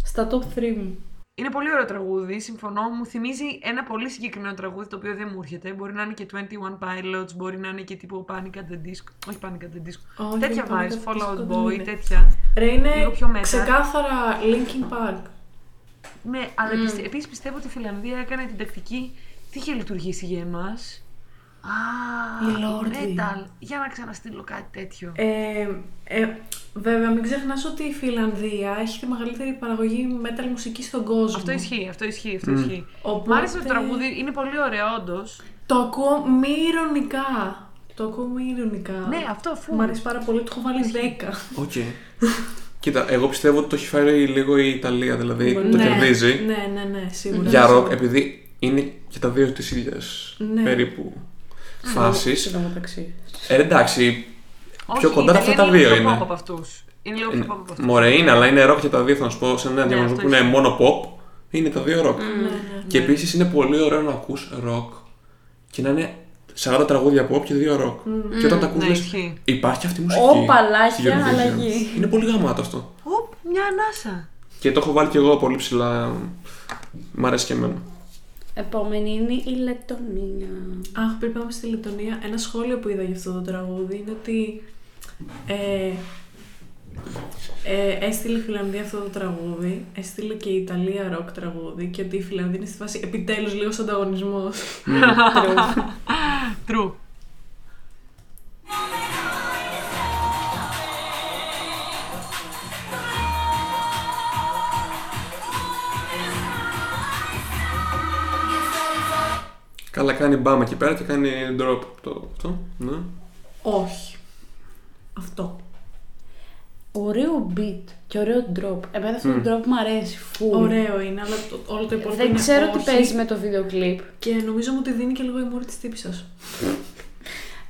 στα top 3 μου.
Είναι πολύ ωραίο τραγούδι, συμφωνώ. Μου θυμίζει ένα πολύ συγκεκριμένο τραγούδι το οποίο δεν μου έρχεται. Μπορεί να είναι και 21 Pilots, μπορεί να είναι και τύπου Panic at the Disco. Όχι Panic at the Disco.
Όχι,
τέτοια
Panic at
vibes,
the
Fall
Disco
Out
δεν
Boy,
είναι. Ε,
τέτοια.
Ρε, είναι
Λίγο πιο μετά.
ξεκάθαρα Linkin Park.
Ναι, αλλά mm. επίσης πιστεύω ότι η Φιλανδία έκανε την τακτική. Τι είχε λειτουργήσει για εμάς.
Η
Α,
Lordi.
metal. Για να ξαναστείλω κάτι τέτοιο.
Ε, ε, βέβαια, μην ξεχνάς ότι η Φιλανδία έχει τη μεγαλύτερη παραγωγή metal μουσικής στον κόσμο.
Αυτό ισχύει, αυτό ισχύει, αυτό ισχύει.
ναι. Οπότε-
Μ' άρεσε το τραγούδι, είναι πολύ ωραίο, όντως.
Το ακούω μη ηρωνικά. Το ακούω μη ηρωνικά.
Ναι, αυτό αφού.
Μ' αρέσει πάρα πολύ, το έχω βάλει 10.
Οκ. Κοίτα, εγώ πιστεύω ότι το έχει φέρει λίγο η Ιταλία, δηλαδή το
ναι,
κερδίζει.
Ναι, ναι, ναι, σίγουρα.
Για ροκ,
Σίγουρα.
επειδή είναι και τα δύο της ίδιας
Ναι.
περίπου φάση.
Στο μεταξύ.
Ε, εντάξει,
Όχι,
πιο
η
κοντά αυτά τα
Ιταλία
δύο
Είναι λίγο
είναι.
πιο pop από αυτούς. Είναι λίγο πιο pop από αυτούς.
Μωρέ είναι, αλλά είναι ροκ και τα δύο, θα σου πω σε ένα διαγωνισμό
αυτό
που είναι
ισχύει.
μόνο pop, είναι τα δύο ροκ.
Ναι, ναι.
Και επίσης είναι πολύ ωραίο να ακούς ροκ και να είναι 40 τραγούδια pop και δύο ροκ. Και όταν τα ακούς
ναι,
λες,
ισχύει.
υπάρχει αυτή η μουσική.
Όπαλάκια,
στη Eurovision».
αλλαγή.
Είναι πολύ γαμάτο αυτό.
Οπ, μια
[laughs]
ανάσα.
Και το έχω βάλει και εγώ πολύ ψηλά. Μ' αρέσει και εμένα.
Επόμενη είναι η Λετωνία.
Αχ, πριν πάμε στη Λετωνία, ένα σχόλιο που είδα για αυτό το τραγούδι είναι ότι ε, ε, έστειλε η Φιλανδία αυτό το τραγούδι, έστειλε και η Ιταλία ροκ τραγούδι και ότι η Φιλανδία είναι στη φάση επιτέλους λίγος ανταγωνισμός.
True.
Καλά κάνει μπάμα εκεί πέρα και κάνει drop το αυτό. Ναι.
Όχι. Αυτό.
Ωραίο beat και ωραίο drop. Εμένα αυτό το drop μου αρέσει. Φου.
Ωραίο είναι, αλλά το- όλο λοιπόν, το υπόλοιπο
Ε, Δεν
είναι
ξέρω
όχι.
τι παίζει με το βίντεο κλιπ.
Και νομίζω μου ότι δίνει και λίγο η μούρη της τύπησας.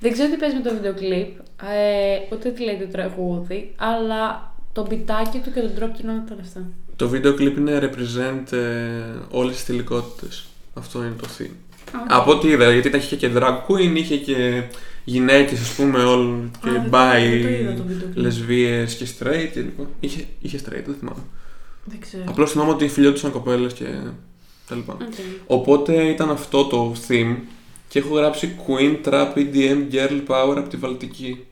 Δεν ξέρω τι παίζει με το βίντεο κλιπ. Ε, ούτε τι λέει το τραγούδι. Αλλά το μπιτάκι του και το drop του είναι όλα τα λεφτά.
Το βίντεο κλιπ είναι represent ε, όλες τις θηλυκότητες. Αυτό είναι το theme. Από ό,τι είδα, γιατί ήταν- είχε και drag queen, είχε και γυναίκες ας πούμε όλων και
δεν το-
bi,
δεν το είδα το βίντεο κλιπ.
λεσβίες και straight και λοιπά. Είχε, είχε straight, δεν θυμάμαι.
Δεν ξέρω.
Απλώς θυμάμαι ότι φιλιόντουσαν κοπέλες και τα λοιπά.
Ε.
Οπότε ήταν αυτό το theme και έχω γράψει Queen Trap EDM Girl Power από τη Βαλτική.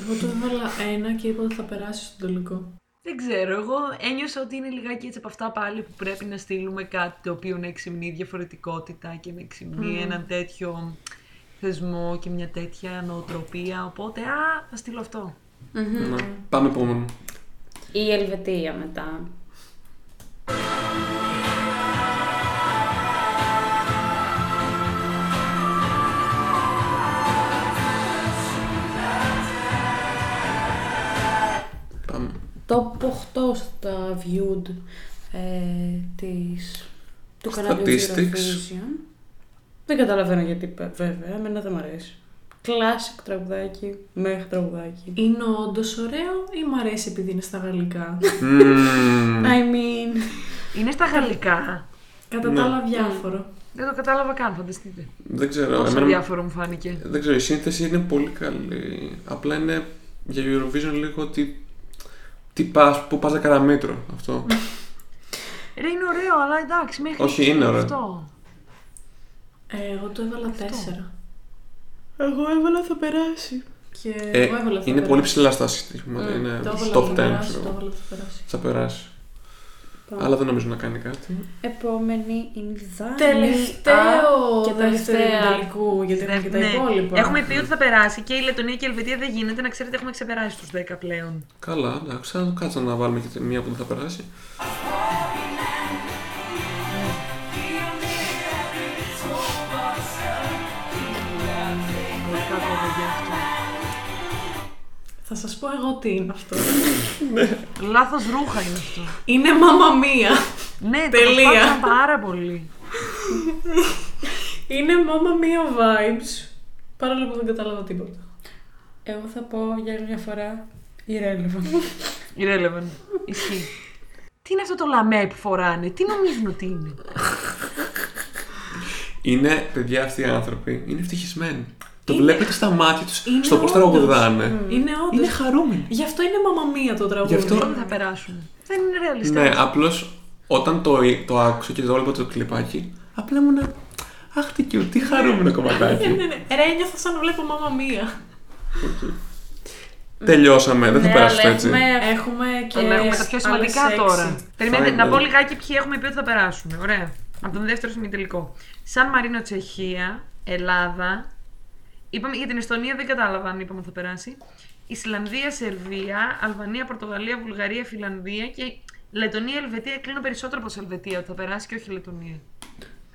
Εγώ το έβαλα ένα και είπα ότι θα περάσει στον τελικό.
Δεν ξέρω, εγώ ένιωσα ότι είναι λιγάκι έτσι από αυτά πάλι που πρέπει να στείλουμε κάτι το οποίο να εξυμνεί διαφορετικότητα και να
Mm.
εξυμνεί έναν τέτοιο θεσμό και μια τέτοια νοοτροπία. Οπότε, α, θα στείλω αυτό.
Να, πάμε επόμενο.
Η Ελβετία μετά.
Πάμε.
Top 8 στα viewed ε, της, του καναλιού
Statistics.
Eurovision. Δεν καταλαβαίνω γιατί πε- βέβαια, εμένα δεν μου αρέσει. Classic τραγουδάκι, μέχρι τραγουδάκι.
Είναι όντως ωραίο ή μ' αρέσει επειδή είναι στα γαλλικά.
Μμμ.
I mean...
Είναι στα γαλλικά.
Κατά
Ναι.
τα άλλα, διάφορο.
Δεν το κατάλαβα καν, φανταστείτε.
Δεν ξέρω.
Πόσο
Ε, εμένα-
διάφορο μου φάνηκε.
Δεν ξέρω, η σύνθεση είναι πολύ καλή. Απλά είναι για Eurovision λίγο ότι. Τι πας, πού πας δεκαραμέτρο αυτό.
Ναι,
Ρε, είναι ωραίο, αλλά εντάξει, μέχρι
Όχι,
εκεί
είναι ωραίο.
Αυτό.
Ε, εγώ το έβαλα τέσσερα.
Εγώ έβαλα θα περάσει.
Και
Ε,
εγώ έβαλα θα
είναι
περάσει.
πολύ ψηλά στα στοιχήματα. είναι
Ναι, Το έβαλα
top
θα
10.
περάσει,
ξέρω
το
εγώ.
έβαλα θα περάσει.
Θα περάσει.
Πάμε.
Αλλά δεν νομίζω να κάνει
Ναι.
κάτι.
Επόμενη είναι η Δανία.
Τελευταίο
και τελευταία.
τελικού, γιατί έχουμε και τα
Ναι.
υπόλοιπα.
Έχουμε πει ότι θα περάσει και η Λετωνία και η Ελβετία δεν γίνεται. Να ξέρετε, έχουμε ξεπεράσει τους 10 πλέον.
Καλά, εντάξει, θα κάτσε να βάλουμε και τη μία που δεν θα περάσει.
Θα σας πω εγώ τι είναι αυτό.
Λάθος ρούχα είναι αυτό.
είναι μάμα μία.
Ναι, το
Τελεία.
προσπάθησαν πάρα πολύ.
είναι μάμα μία vibes. Παρόλο που δεν κατάλαβα τίποτα.
Εγώ θα πω για άλλη μια φορά irrelevant.
Irrelevant. Ισχύει. Τι είναι αυτό το λαμέ που φοράνε, τι νομίζουν ότι είναι.
Είναι, παιδιά, αυτοί οι άνθρωποι είναι ευτυχισμένοι. Το
Είναι.
βλέπετε στα μάτια τους,
Είναι
στο πώς
όντως. Ναι.
τραγουδάνε.
Ε. Είναι όντως.
Είναι χαρούμενοι.
Γι' αυτό είναι μαμαμία το τραγούδι.
Γι' αυτό-
Δεν θα περάσουν. Δεν είναι ρεαλιστικό.
Ναι, απλώς όταν το, το άκουσα και το έβλεπα το κλιπάκι, απλά ήμουν. Αχ, τι cute, τι χαρούμενο
Ναι, ναι,
κομματάκι.
ναι. Ρε, νιώθω σαν να βλέπω μαμαμία.
Τελειώσαμε, δεν θα
Ναι,
περάσουμε
αλλά
έτσι.
έχουμε-
Έχουμε και.
Αλλά έχουμε τα πιο σημαντικά
άλλες έξι.
τώρα. Περιμένετε
Final.
να πω λιγάκι ποιοι έχουμε πει ότι θα περάσουν. Ωραία. Από τον δεύτερο ημιτελικό. Σαν Μαρίνο Τσεχία, Ελλάδα. Είπαμε, για την Εστονία δεν κατάλαβα αν είπαμε ότι θα περάσει. Ισλανδία, Σερβία, Αλβανία, Πορτογαλία, Βουλγαρία, Φιλανδία και Λετωνία, Ελβετία. Κλείνω περισσότερο από Ελβετία ότι θα περάσει και όχι η Λετωνία.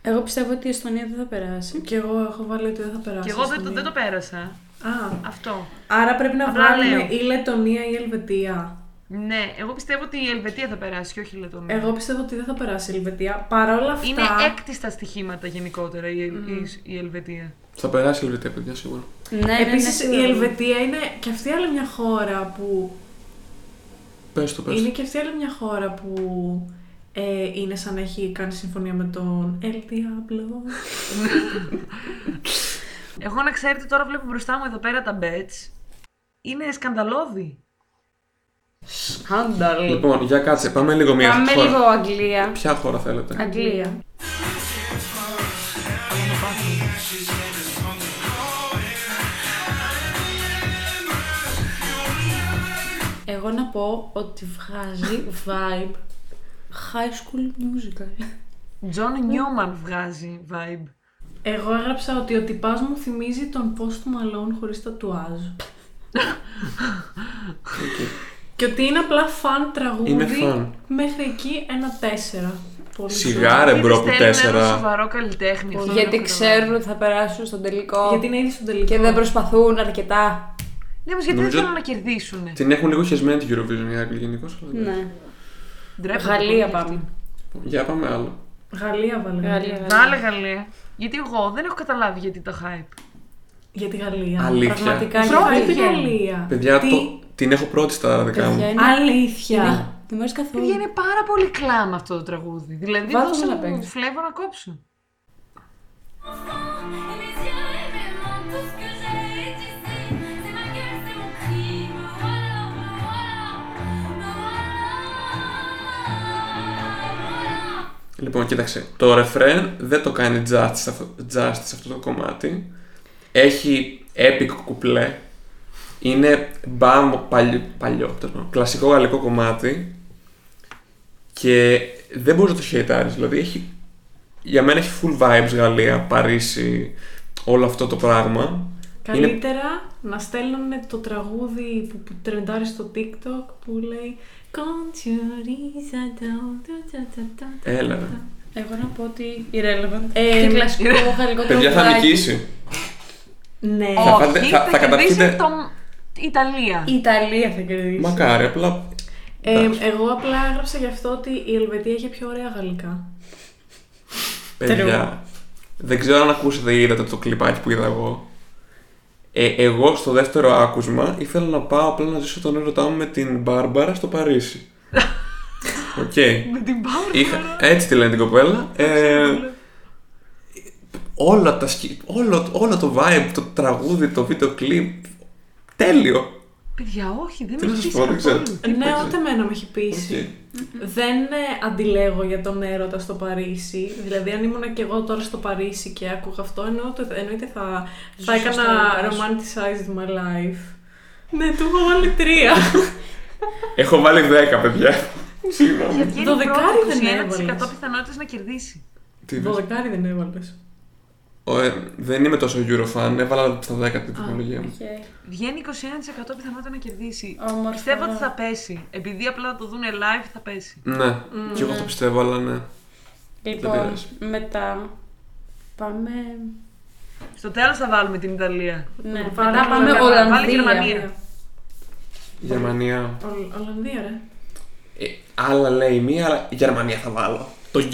Εγώ πιστεύω ότι η Εστονία δεν θα περάσει.
Κι εγώ έχω βάλει ότι δεν θα περάσω.
Και εγώ δεν, το-
στον
δεν το πέρασα.
Α,
Αυτό.
άρα πρέπει να
Απλά
βάλουμε
λέω.
ή Λετωνία ή Ελβετία.
Ναι, εγώ πιστεύω ότι η Ελβετία θα περάσει και όχι η Λετωνία.
Εγώ πιστεύω ότι δεν θα περάσει η Ελβετία. Παρ' όλα αυτά.
Είναι έκτη στα στοιχήματα γενικότερα η, Ελ- η- η Ελβετία.
Θα περάσει η Ελβετία, παιδιά, σίγουρα.
Ναι, ναι, ναι,
Επίση
σίγουρα.
η Ελβετία είναι και αυτή άλλη μια χώρα που.
Πες το, πες.
Είναι και αυτή άλλη μια χώρα που. ε, είναι σαν να έχει κάνει συμφωνία με τον El Diablo.
Εγώ να ξέρετε τώρα βλέπω μπροστά μου εδώ πέρα τα bets. Είναι σκανδαλώδη.
Σκάνδαλ.
Λοιπόν, για κάτσε, πάμε λίγο μία
Πάμε
χώρα.
λίγο Αγγλία.
Ποια χώρα θέλετε.
Αγγλία. Εγώ να πω ότι βγάζει vibe high school musical.
John
Ναι.
Newman βγάζει vibe.
Εγώ έγραψα ότι ο τυπάς μου θυμίζει τον post του Malone χωρίς τατουάζ. και ότι είναι απλά φαν τραγούδι
Είναι fan.
μέχρι εκεί ένα τέσσερα. Πολύ
Σιγά ρε
Γιατί
Ε, μπρο που
στέλνουν Ένα
τέσσερα.
σοβαρό καλλιτέχνη. αυτό δεν
Γιατί
το
ξέρουν ότι θα περάσουν στον τελικό.
σοβαρό. Γιατί είναι ήδη στον τελικό.
Και δεν προσπαθούν αρκετά.
καταλαβαίνω. Ναι, όμως γιατί
Νομίζω-
δεν θέλουν να κερδίσουν.
Την έχουν λίγο χεσμένη την Eurovision οι Άγγλοι γενικώς.
Ναι. Γαλλία πάμε.
Λοιπόν, Για πάμε άλλο.
Γαλλία βάλε.
Γαλλία, Γαλλία.
Βάλε Γαλλία. Γιατί εγώ δεν έχω καταλάβει γιατί το hype.
Για τη Γαλλία.
Αλήθεια.
Πραγματικά
Βρω για τη
Γαλλία.
Γαλλία.
Παιδιά,
Τι-
το- την έχω πρώτη στα δικά
Παιδιά,
μου.
είναι-
Αλήθεια.
Ναι, Δεν μου αρέσει καθόλου.
Παιδιά, είναι πάρα πολύ κλάμ αυτό το τραγούδι. Δηλαδή,
Βάλτε
δώσε
να
μου
παίξεις.
φλέβο να κόψω.
Et mes yeux révélant tout ce que j'ai ici C'est ma gueule, c'est mon cri, me voilà, me voilà, me voilà, me voilà
Λοιπόν, κοίταξε. Το ρεφρέν δεν το κάνει justice σε αυτό, justice σε αυτό το κομμάτι. Έχει epic κουπλέ. Είναι μπαμ παλιό, παλιό τέλος πάντων, κλασικό γαλλικό κομμάτι. Και δεν μπορείς να το χαιρετάρεις. Δηλαδή, έχει, για μένα έχει full vibes Γαλλία, Παρίσι, όλο αυτό το πράγμα. Είναι
Καλύτερα να στέλνουν το τραγούδι που, που τρεντάρει στο TikTok που λέει «Κοντσιορίζα
Έλα. ρε.
Εγώ να πω ότι irrelevant.
Ε,
Ε, και
[laughs]
κλασικό γαλλικό
Παιδιά θα
τραγουδάκι.
νικήσει.
Ναι.
Θα φάτε-
Όχι,
θα-
θα
θα
κερδίσει
καταρχείτε-
τον- Ιταλία.
Η Ιταλία θα κερδίσει.
Μακάρι, απλά.
Ε, εγώ απλά έγραψα γι' αυτό ότι η Ελβετία έχει πιο ωραία γαλλικά.
Παιδιά, δεν ξέρω αν ακούσατε ή είδατε το κλιπάκι που είδα εγώ. Ε, εγώ στο δεύτερο άκουσμα ήθελα να πάω απλά να ζήσω τον έρωτά μου με την Μπάρμπαρα στο Παρίσι. Οκ.
Με την πάρα.
Είχα, έτσι τη λένε την κοπέλα. Ε, όλα τα σκι- όλο, όλο το vibe, το τραγούδι, το βίντεο κλιπ. Τέλειο.
Παιδιά, όχι, δεν
Τι
με
να σας
χτίσει
πω, δεν ξέρω.
καθόλου.
ναι,
παίζει?
ούτε εμένα με έχει πείσει. Δεν ε, αντιλέγω για τον έρωτα στο Παρίσι. Δηλαδή, αν ήμουν και εγώ τώρα στο Παρίσι και άκουγα αυτό, εννοώ, το- εννοείται θα, θα
Ζούσα
έκανα
στο έρωτας.
romanticized my life. Ναι, του έχω βάλει τρία. [laughs]
Έχω βάλει 10, παιδιά. Συγγνώμη.
Γιατί
Το
είναι
δεκάρι
πρώτο,
δεν
21%
έβαλες.
πιθανότητες να κερδίσει.
Τι είδες?
Δωδεκάρι δεν έβαλες.
Ω, ε, δεν είμαι τόσο Eurofan, έβαλα στα 10 την τεχνολογία μου.
Οκ.
Βγαίνει 21% πιθανότητα να κερδίσει.
Όμορφα.
Πιστεύω ότι θα πέσει. Επειδή απλά θα το δουν live, θα πέσει.
Ναι, και εγώ το πιστεύω, αλλά ναι. Δεν
Λοιπόν,
πειράζει.
μετά πάμε.
Στο τέλος θα βάλουμε την Ιταλία.
Ναι, μετά
Πάμε
πάμε
Γερμανία.
Βάλει
Ολλανδία.
Γερμανία.
Γερμανία.
Ολλ- Ολλανδία, ρε.
Ε, άλλα λέει μία, αλλά Γερμανία θα βάλω. Το guest.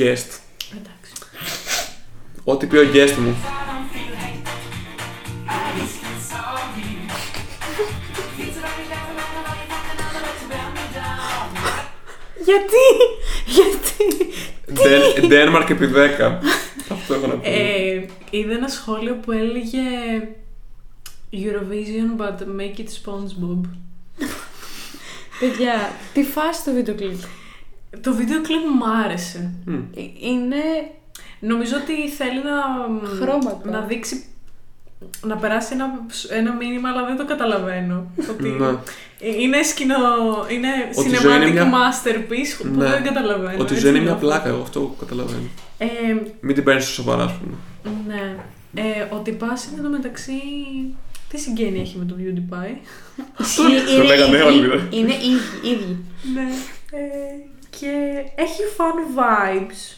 Εντάξει.
Ό,τι πει ο guest μου.
Γιατί, γιατί.
[laughs]
Ντεν- Denmark επί 10. Αυτό έχω να πω.
Ε, είδα ένα σχόλιο που έλεγε Eurovision but make it SpongeBob.
Παιδιά, τι φάση το βίντεο κλιπ.
Το βίντεο κλιπ μου άρεσε.
Μμ.
Ε, Είναι
Ναι, Νομίζω ότι θέλει να,
Χρώματα.
να δείξει να περάσει ένα, ένα μήνυμα, αλλά δεν το καταλαβαίνω. ότι
Ναι.
είναι σκηνο, είναι
Ότι η ζωή είναι
cinematic
μια-
masterpiece που
Ναι.
δεν
Ότι η
καταλαβαίνω. έτσι
ζωή είναι μια
νιώθω.
πλάκα, εγώ αυτό καταλαβαίνω.
Ε,
Μην την παίρνεις σοβαρά, ας πούμε.
Ναι. Ε, ο Τιπάς είναι εδώ μεταξύ... Τι συγγένεια έχει με τον PewDiePie.
είναι
Το λέγαμε
ίδιοι.
όλοι, ναι.
Είναι ίδιοι, ίδιοι.
ναι. Ε, και έχει fun vibes.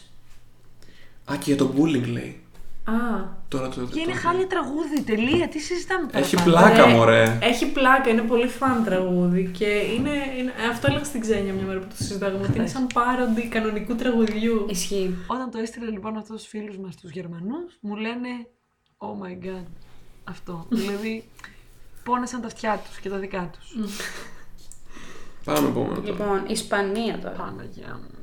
Α, και για το bullying λέει.
Α,
Τώρα το.
Και είναι
το-
χάλια τραγούδι, τελεία. Τι συζητάμε τώρα.
Έχει πλάκα,
Ρε.
μωρέ.
έχει πλάκα, είναι πολύ fun τραγούδι και είναι, είναι- ε, αυτό έλεγα στην Ξένια μια μέρα που το συζητάγαμε, ότι είναι σαν πάροντι κανονικού τραγουδιού.
Ισχύει.
Όταν το έστειλε λοιπόν αυτός στους φίλους μας τους Γερμανούς, μου λένε «Oh my God».
[laughs]
Αυτό. δηλαδή, πόνεσαν τα αυτιά τους και τα δικά τους.
Πάμε επόμενο τώρα.
Λοιπόν, Ισπανία τώρα.
Παναγιά μου.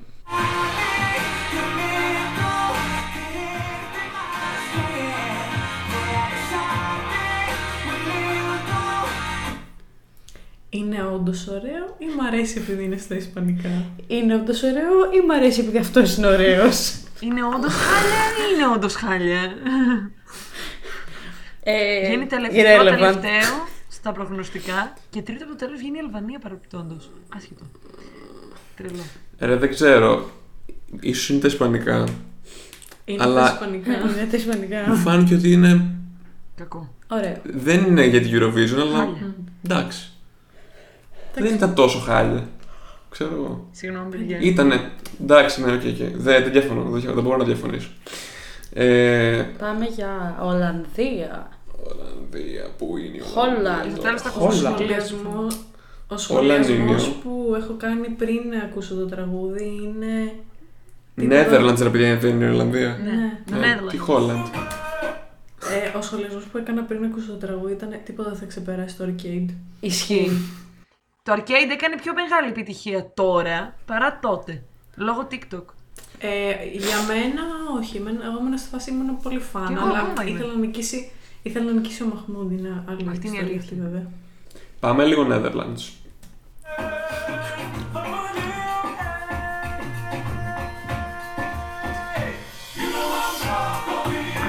Είναι όντως ωραίο ή μ' αρέσει επειδή είναι στα ισπανικά.
Είναι όντως ωραίο ή μ' αρέσει επειδή αυτό είναι ωραίος.
Είναι όντως χάλια ή είναι όντως χάλια.
Ε,
Βγαίνει τελευταίο,
irrelevant.
τελευταίο στα προγνωστικά και τρίτο από το τέλος βγαίνει η Αλβανία παραπτώντος. Άσχετο. Τρελό.
Ε, Ρε, δεν ξέρω. Ίσως είναι τα ισπανικά.
Είναι
Αλλά-
στα ισπανικά.
Ναι, Είναι
Μου
τα ισπανικά.
φάνηκε ότι είναι.
Κακό.
Ωραίο.
Δεν είναι για την Eurovision, αλλά.
Χάλια.
Εντάξει. Δεν ήταν τόσο χάλια. Ξέρω εγώ.
Συγγνώμη, παιδιά.
Ήτανε. Εντάξει, ναι, οκ, οκ. Δεν, δεν διαφωνώ. Δεν, δεν μπορώ να διαφωνήσω. Ε,
Πάμε για Ολλανδία.
Ολλανδία, πού είναι η
Χόλανδ.
Ολλανδία.
Στο τέλος τα
Ο
Χόλανδ.
σχολιασμό- Ο
Ολλανδίνιο.
σχολιασμός που έχω κάνει πριν να ακούσω το τραγούδι είναι...
Netherlands, ρε παιδιά, δεν είναι η Ολλανδία.
Ναι.
Ναι,
Ε,
δηλαδή.
Τι Χόλαντ.
Ε, ο σχολιασμός που έκανα πριν ακούσω το τραγούδι ήταν τίποτα δεν θα ξεπεράσει το arcade.
Ισχύει.
Το Arcade έκανε πιο μεγάλη επιτυχία τώρα παρά τότε. Λόγω TikTok.
Ε, για μένα, όχι. Εμένα- εγώ ήμουν στη φάση ήμουν πολύ
Κι
φαν.
εγώ ακόμα
Αλλά
είμαι.
ήθελα να νικήσει, ήθελα να νικήσει ο Μαχμούντι. Είναι άλλη
Αυτή είναι η
ιστορία
αλήθεια.
αυτή, βέβαια.
Πάμε λίγο Netherlands.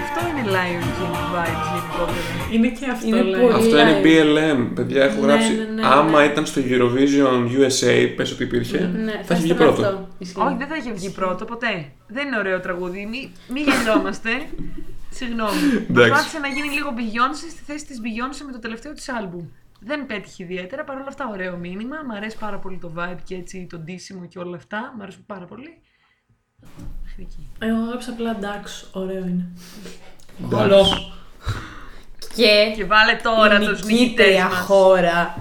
Αυτό είναι Lion King vibes γενικότερα.
Είναι και αυτό
Είναι
λέει.
πολύ-
Αυτό
Live.
είναι BLM, παιδιά, έχω
Ναι,
γράψει.
ναι, ναι,
Άμα
ναι.
ήταν στο Eurovision USA, πες ότι υπήρχε,
Ναι,
θα έχει βγει
ήταν
πρώτο.
αυτό. Ισχύει.
Όχι, δεν θα είχε βγει πρώτο ποτέ. Δεν είναι ωραίο τραγούδι. Μην μη γελιόμαστε. Συγγνώμη. Προσπάθησε να γίνει λίγο Beyoncé στη θέση της Beyoncé με το τελευταίο της άλμπουμ. Δεν πέτυχε ιδιαίτερα, παρόλα αυτά ωραίο μήνυμα. Μ' αρέσει πάρα πολύ το vibe και έτσι το ντύσιμο και όλα αυτά. Μ' αρέσουν πάρα πολύ. Μέχρι εκεί.
Εγώ έγραψα απλά ντάξ, ωραίο είναι.
Εντάξει.
Και
Και βάλε τώρα
η
τους νικητέ.
νικήτρια χώρα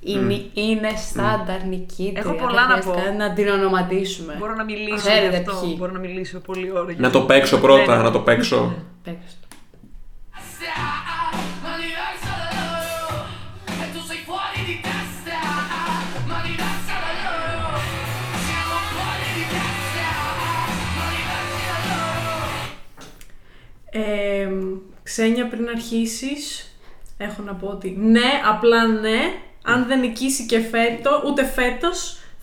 είναι, είναι στάνταρ νικήτρια.
Έχω
δεν
πολλά να
χρειάζεται
πω.
καν Να την ονοματίσουμε.
Μπορώ να μιλήσω
Ξέρετε
γι' αυτό.
ποιοι.
Μπορώ να μιλήσω πολύ ώρα. γι'
Να το
αυτό.
παίξω πρώτα,
Ναι.
να το παίξω.
Παίξτε το.
Ma diversa da loro E tu sei fuori di testa Ma diversa da loro Siamo fuori di testa Ma diversi da loro
Ε, Ξένια, πριν αρχίσεις, έχω να πω ότι ναι, απλά ναι. Αν δεν νικήσει και φέτο, ούτε φέτος,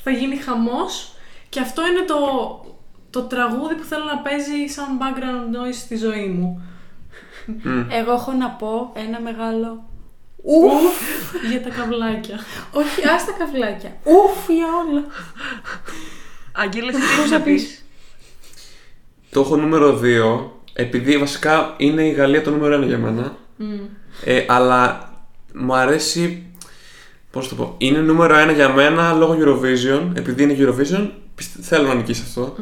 θα γίνει χαμός. Και αυτό είναι το, το τραγούδι που θέλω να παίζει σαν background noise στη ζωή μου.
Εγώ έχω να πω ένα μεγάλο. Ουφ!
για τα
[laughs]
καβλάκια.
Όχι, άστα καβλάκια. Ουφ για όλα.
Αγγέλη, εσύ τι έχεις να πεις.
Το έχω νούμερο 2, επειδή βασικά είναι η Γαλλία το νούμερο 1 για μένα. Ε, αλλά μου αρέσει. Πώς το πω. Είναι νούμερο 1 για μένα λόγω Eurovision. Επειδή είναι Eurovision, πιστε- θέλω να νικήσει αυτό.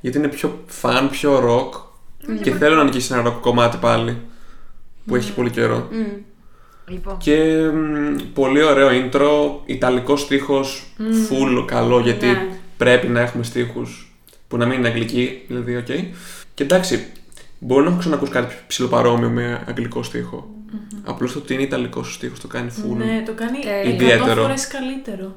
Γιατί είναι πιο φαν, πιο rock. Και θέλω να νικήσει ένα rock κομμάτι πάλι. Που έχει πολύ καιρό.
Λοιπόν,
Και μ, πολύ ωραίο intro, ιταλικός στίχος, full καλό, γιατί
Ναι.
πρέπει να έχουμε στίχους που να μην είναι αγγλικοί, δηλαδή, οκ. Και εντάξει, μπορεί να έχω ξανακούσει κάτι ψηλοπαρόμοιο με αγγλικό στίχο. Απλώς το ότι είναι ιταλικό στίχος το κάνει full.
ε,
ναι, το κάνει
Τέλεια.
100
Ιδιαίτερο.
φορές καλύτερο.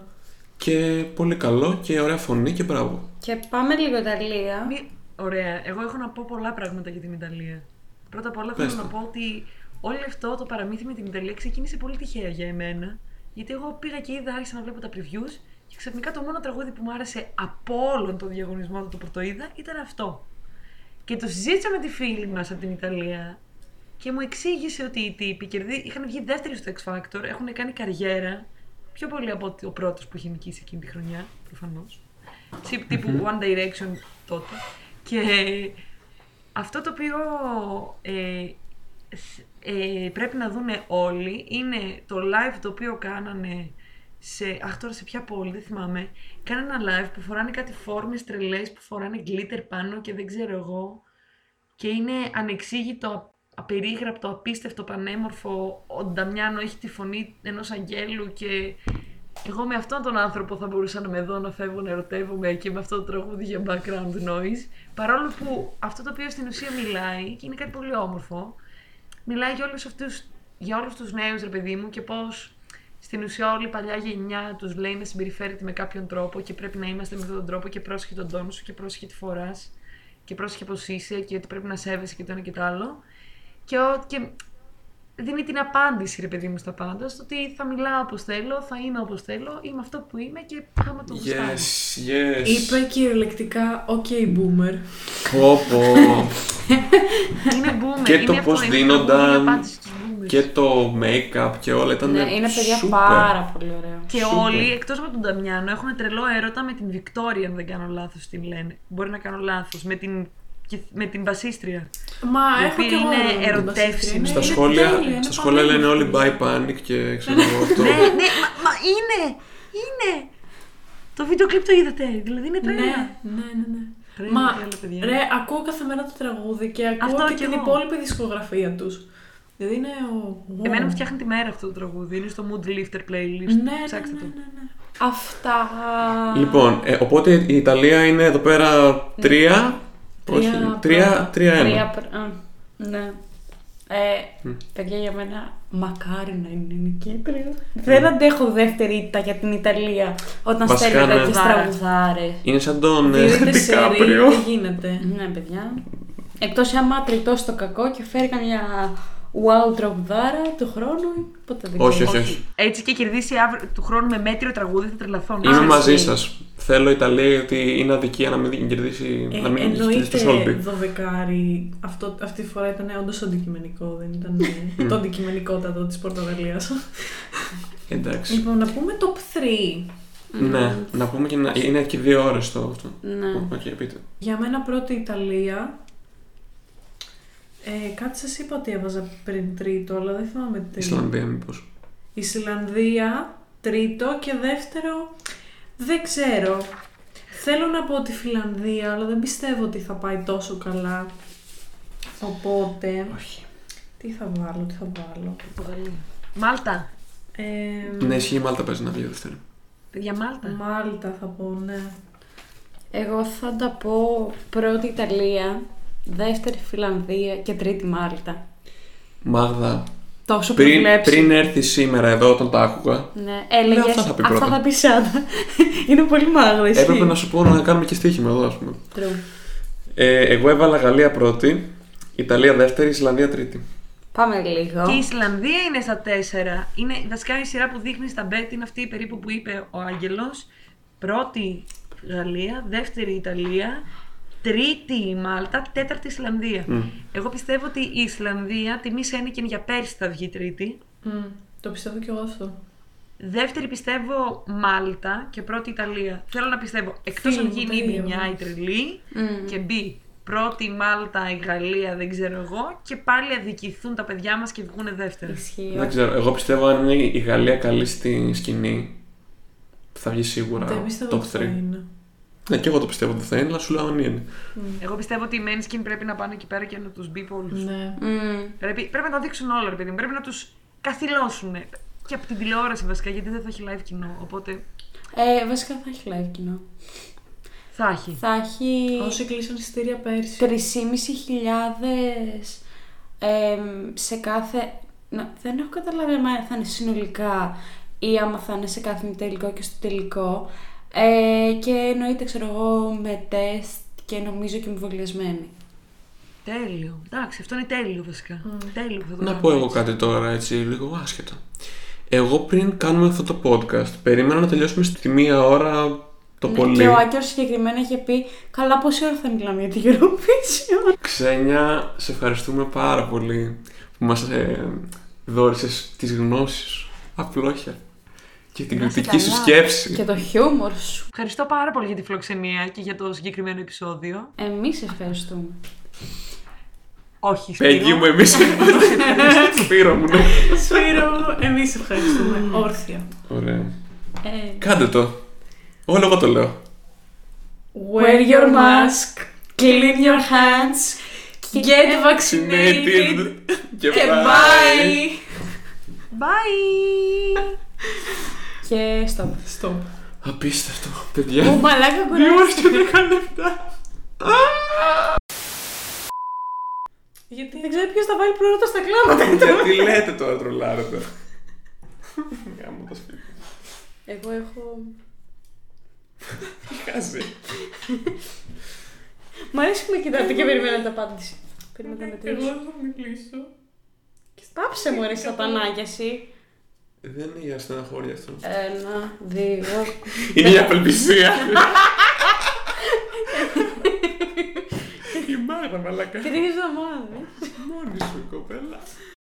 Και πολύ καλό και ωραία φωνή και μπράβο.
Και πάμε λίγο Ιταλία.
μη- Ωραία. Εγώ έχω να πω πολλά πράγματα για την Ιταλία. Πρώτα απ' όλα
Πες
θέλω
τα.
να πω ότι όλο αυτό το παραμύθι με την Ιταλία ξεκίνησε πολύ τυχαία για εμένα. Γιατί εγώ πήγα και είδα, άρχισα να βλέπω τα previews και ξαφνικά το μόνο τραγούδι που μου άρεσε από όλον τον διαγωνισμό του το πρωτοείδα ήταν αυτό. Και το συζήτησα με τη φίλη μας από την Ιταλία και μου εξήγησε ότι οι τύποι κερδί... είχαν βγει δεύτεροι στο X Factor, έχουν κάνει καριέρα πιο πολύ από ότι ο πρώτος που είχε νικήσει εκείνη τη χρονιά, προφανώς. Τύπου One Direction τότε. Και αυτό το οποίο ε, σ- ε, πρέπει να δούνε όλοι είναι το live το οποίο κάνανε σε, αχ τώρα σε ποια πόλη, δεν θυμάμαι, κάνανε ένα live που φοράνε κάτι φόρμες τρελές που φοράνε glitter πάνω και δεν ξέρω εγώ και είναι ανεξήγητο, α- απερίγραπτο, απίστευτο, πανέμορφο, ο Νταμιάνο έχει τη φωνή ενός αγγέλου και εγώ με αυτόν τον άνθρωπο θα μπορούσα να με δω να φεύγω να ερωτεύομαι και με αυτό το τραγούδι για background noise. Παρόλο που αυτό το οποίο στην ουσία μιλάει και είναι κάτι πολύ όμορφο, μιλάει για όλους αυτούς, για όλους τους νέους ρε παιδί μου και πώς στην ουσία όλη η παλιά γενιά τους λέει να συμπεριφέρεται με κάποιον τρόπο και πρέπει να είμαστε με αυτόν τον τρόπο και πρόσεχε τον τόνο σου και πρόσεχε τη φορά σου και πρόσεχε πως είσαι και ότι πρέπει να σέβεσαι και το ένα και το άλλο. Και, ο- και δίνει την απάντηση, ρε παιδί μου, στα πάντα, στο ότι θα μιλάω όπως θέλω, θα είμαι όπως θέλω, είμαι αυτό που είμαι και άμα το γουστάρω.
Yes, yes.
Είπε κυριολεκτικά OK boomer.
Πω, πω.
[laughs]
Είναι boomer,
Και
είναι
το
αυτό,
πώς
είναι το boomer,
δίνονταν
η απάντηση στους boomers.
και το make-up και όλα ήταν
Ναι, είναι παιδιά
super.
πάρα πολύ ωραίο.
Και
Σούπερ.
όλοι, εκτός από τον Νταμιάνο, έχουν τρελό έρωτα με την Βικτόρια, αν δεν κάνω λάθος την λένε. Μπορεί να κάνω λάθος. Με την, και- με την βασίστρια.
Μα
Η
έχω
οποία
και εγώ
είναι
ένα
ερωτεύσιμη.
βασίλειο.
Στα
Ναι, Είναι
σχόλια,
τέλεια, είναι
στα σχόλια λένε
πανέμορφη.
όλοι buy panic και ξέρω εγώ αυτό.
[laughs] ναι, ναι, μα, μα είναι! Είναι! Το βίντεο κλειπ το είδατε. Δηλαδή είναι τρέλα.
Ναι, ναι, ναι. ναι.
Τρέλα,
Μα,
τρέλα, παιδιά.
ρε, ακούω κάθε μέρα το τραγούδι και ακούω
Αυτό
και,
κι
την
εγώ.
υπόλοιπη δισκογραφία τους. Δηλαδή είναι ο...
Εμένα μου
wow.
φτιάχνει τη μέρα αυτό το τραγούδι. Είναι στο mood lifter playlist.
Ναι, ναι,
Ψάξτε
ναι,
το.
ναι, ναι.
Αυτά.
Λοιπόν, ε, οπότε η Ιταλία είναι εδώ πέρα τρία. Όχι,
Ναι. Τρία
τρία,
πρώτα.
τρία ένα.
Τρία πρω- α, Ναι. Ε, παιδιά για μένα, μακάρι να είναι νικήτρια. Δεν αντέχω δεύτερη ήττα για την Ιταλία όταν
Βασικά,
στέλνει
ναι.
τέτοιες τραγουδάρες.
Είναι σαν τον ε, [laughs]
Δίδεται σε ρί,
Ντικάπριο.
δεν γίνεται.
Ναι, παιδιά. Εκτός άμα τριτώ στο κακό και φέρει καμιά wow τραγουδάρα του χρόνου, ποτέ δεν
Όχι,
ξέρω.
όχι, όχι.
Έτσι και κερδίσει αύριο, του χρόνου με μέτριο τραγούδι, θα τρελαθώ. να
Είμαι
ξέρεις.
μαζί σας. Θέλω η Ιταλία ότι είναι αδικία να μην κερδίσει,
Ε,
να μην κερδίσει το
εννοείται Λοιπόν,
Σόλμπι.
δωδεκάρι. Αυτό, αυτή τη φορά ήταν όντως αντικειμενικό, δεν ήταν
[laughs]
ε, το αντικειμενικότατο της Πορτογαλίας.
Εντάξει.
λοιπόν, να πούμε top 3.
Ναι, να πούμε και να. Είναι και δύο ώρες το αυτό.
Ναι.
Οκ, πείτε.
Για μένα πρώτη Ιταλία. Ε, κάτι σας είπα ότι έβαζα πριν τρίτο, αλλά δεν θυμάμαι τι.
Ισλανδία, μήπως.
Ισλανδία, τρίτο και δεύτερο, δεν ξέρω. Θέλω να πω τη Φιλανδία, αλλά δεν πιστεύω ότι θα πάει τόσο καλά. Οπότε,
Όχι.
τι θα βάλω, τι θα βάλω.
Μάλτα.
Ε,
Ναι, ισχύει η Μάλτα παίζει να βγει δεύτερη.
Παιδιά, Μάλτα.
Μάλτα θα πω, ναι.
Εγώ θα τα πω πρώτη Ιταλία, δεύτερη Φιλανδία και τρίτη Μάλτα.
Μάγδα,
Τόσο
πριν,
προβλέψει.
πριν έρθει σήμερα εδώ όταν τα άκουγα,
Ναι, έλεγες,
αυτά θα πει πρώτα.
Αυτά θα πεις σάντα. [laughs] Είναι πολύ μάγδα, εσύ.
έπρεπε να σου πω να κάνουμε και στοίχημα εδώ, ας πούμε.
True.
Ε, εγώ έβαλα Γαλλία πρώτη, Ιταλία δεύτερη, Ισλανδία τρίτη.
Πάμε λίγο.
Και η Ισλανδία είναι στα τέσσερα. Είναι βασικά η σειρά που δείχνει στα μπέτ είναι αυτή περίπου που είπε ο Άγγελος. Πρώτη Γαλλία, δεύτερη Ιταλία, τρίτη η Μάλτα, τέταρτη Ισλανδία. Εγώ πιστεύω ότι η Ισλανδία, τιμή Σένικεν για πέρσι θα βγει τρίτη.
Μμ, το πιστεύω κι εγώ αυτό.
Δεύτερη πιστεύω Μάλτα και πρώτη Ιταλία. Θέλω να πιστεύω. Εκτός αν
Φίλοι,
γίνει
το
η
ίδιο.
Μπινιά η τρελή και μπει πρώτη η Μάλτα, η Γαλλία, δεν ξέρω εγώ, και πάλι αδικηθούν τα παιδιά μας και βγουν δεύτερα.
Ισχύει.
Δεν ξέρω, εγώ πιστεύω αν είναι η Γαλλία καλή στη σκηνή, θα βγει
δεν
σίγουρα
πιστεύω
top
ότι θα
3.
είναι.
Ναι, και εγώ το πιστεύω ότι θα είναι, αλλά σου λέω αν είναι.
Εγώ πιστεύω ότι οι Manskin πρέπει να πάνε εκεί πέρα και να τους μπει όλους.
Ναι.
Μμμ.
Πρέπει, πρέπει να τα δείξουν όλα, ρε παιδί μου. Πρέπει να τους καθυλώσουν. Και από την τηλεόραση βασικά, γιατί δεν θα έχει live κοινό. Οπότε
Ε, βασικά θα έχει live κοινό.
θα έχει.
Θα έχει
Όσοι κλείσαν εισιτήρια πέρσι.
3.500 εμ, σε κάθε... Να, δεν έχω καταλάβει αν θα είναι συνολικά ή άμα θα είναι σε κάθε τελικό και στο τελικό. Ε, και εννοείται, ξέρω εγώ, με τεστ και νομίζω και εμβολιασμένη.
Τέλειο. Εντάξει, αυτό είναι τέλειο βασικά. Τέλειο που θα το
Να
κάνουμε
πω εγώ
έτσι.
κάτι τώρα, έτσι, λίγο άσχετα. Εγώ πριν κάνουμε αυτό το podcast, περίμενα να τελειώσουμε στη μία ώρα το
Ναι,
πολύ.
Και ο Άκερ συγκεκριμένα είχε πει: Καλά, πόση ώρα θα μιλάμε για την Eurovision.
Ξένια, σε ευχαριστούμε πάρα πολύ που μας ε, δόρισες τις γνώσεις σου, απλόχια, και την
Να είσαι
κριτική σου
καλά.
σκέψη.
και το χιούμορ σου.
Ευχαριστώ πάρα πολύ για τη φιλοξενία και για το συγκεκριμένο επεισόδιο.
Εμείς ευχαριστούμε.
Όχι,
Πέγγι
Σπύρο.
μου, εμείς Σπύρο μου, ναι.
Σπύρο, εμείς ευχαριστούμε.
Mm.
Όρθια.
Ωραία.
Ε,
Κάντε το. Όλο εγώ το λέω.
Wear your mask, clean your hands, get Ναι, vaccinated.
Και
Και
bye.
bye!
Bye!
Και stop.
Stop.
Απίστευτο,
Ω,
παιδιά.
μαλάκα
Δύο
κουράζει.
ώρες και δέκα λεπτά.
Γιατί
Δεν ξέρω ποιος θα βάλει πρώτα στα
[laughs]
κλάματα.
Γιατί λέτε τώρα τρολάρετε. Γάμο το σπίτι.
Εγώ έχω.
Χάζει.
Μ' αρέσει που με κοιτάτε και περιμένετε απάντηση. Περιμένετε να
Εγώ
τελειώσω.
θα μιλήσω.
Πάψε μου, ρε σατανάκια εσύ.
Δεν είναι για στεναχώρια αυτό.
Ένα, δύο.
Είναι για απελπισία. Η μάνα μαλακά.
Τρει εβδομάδε.
Μόνη σου κοπέλα.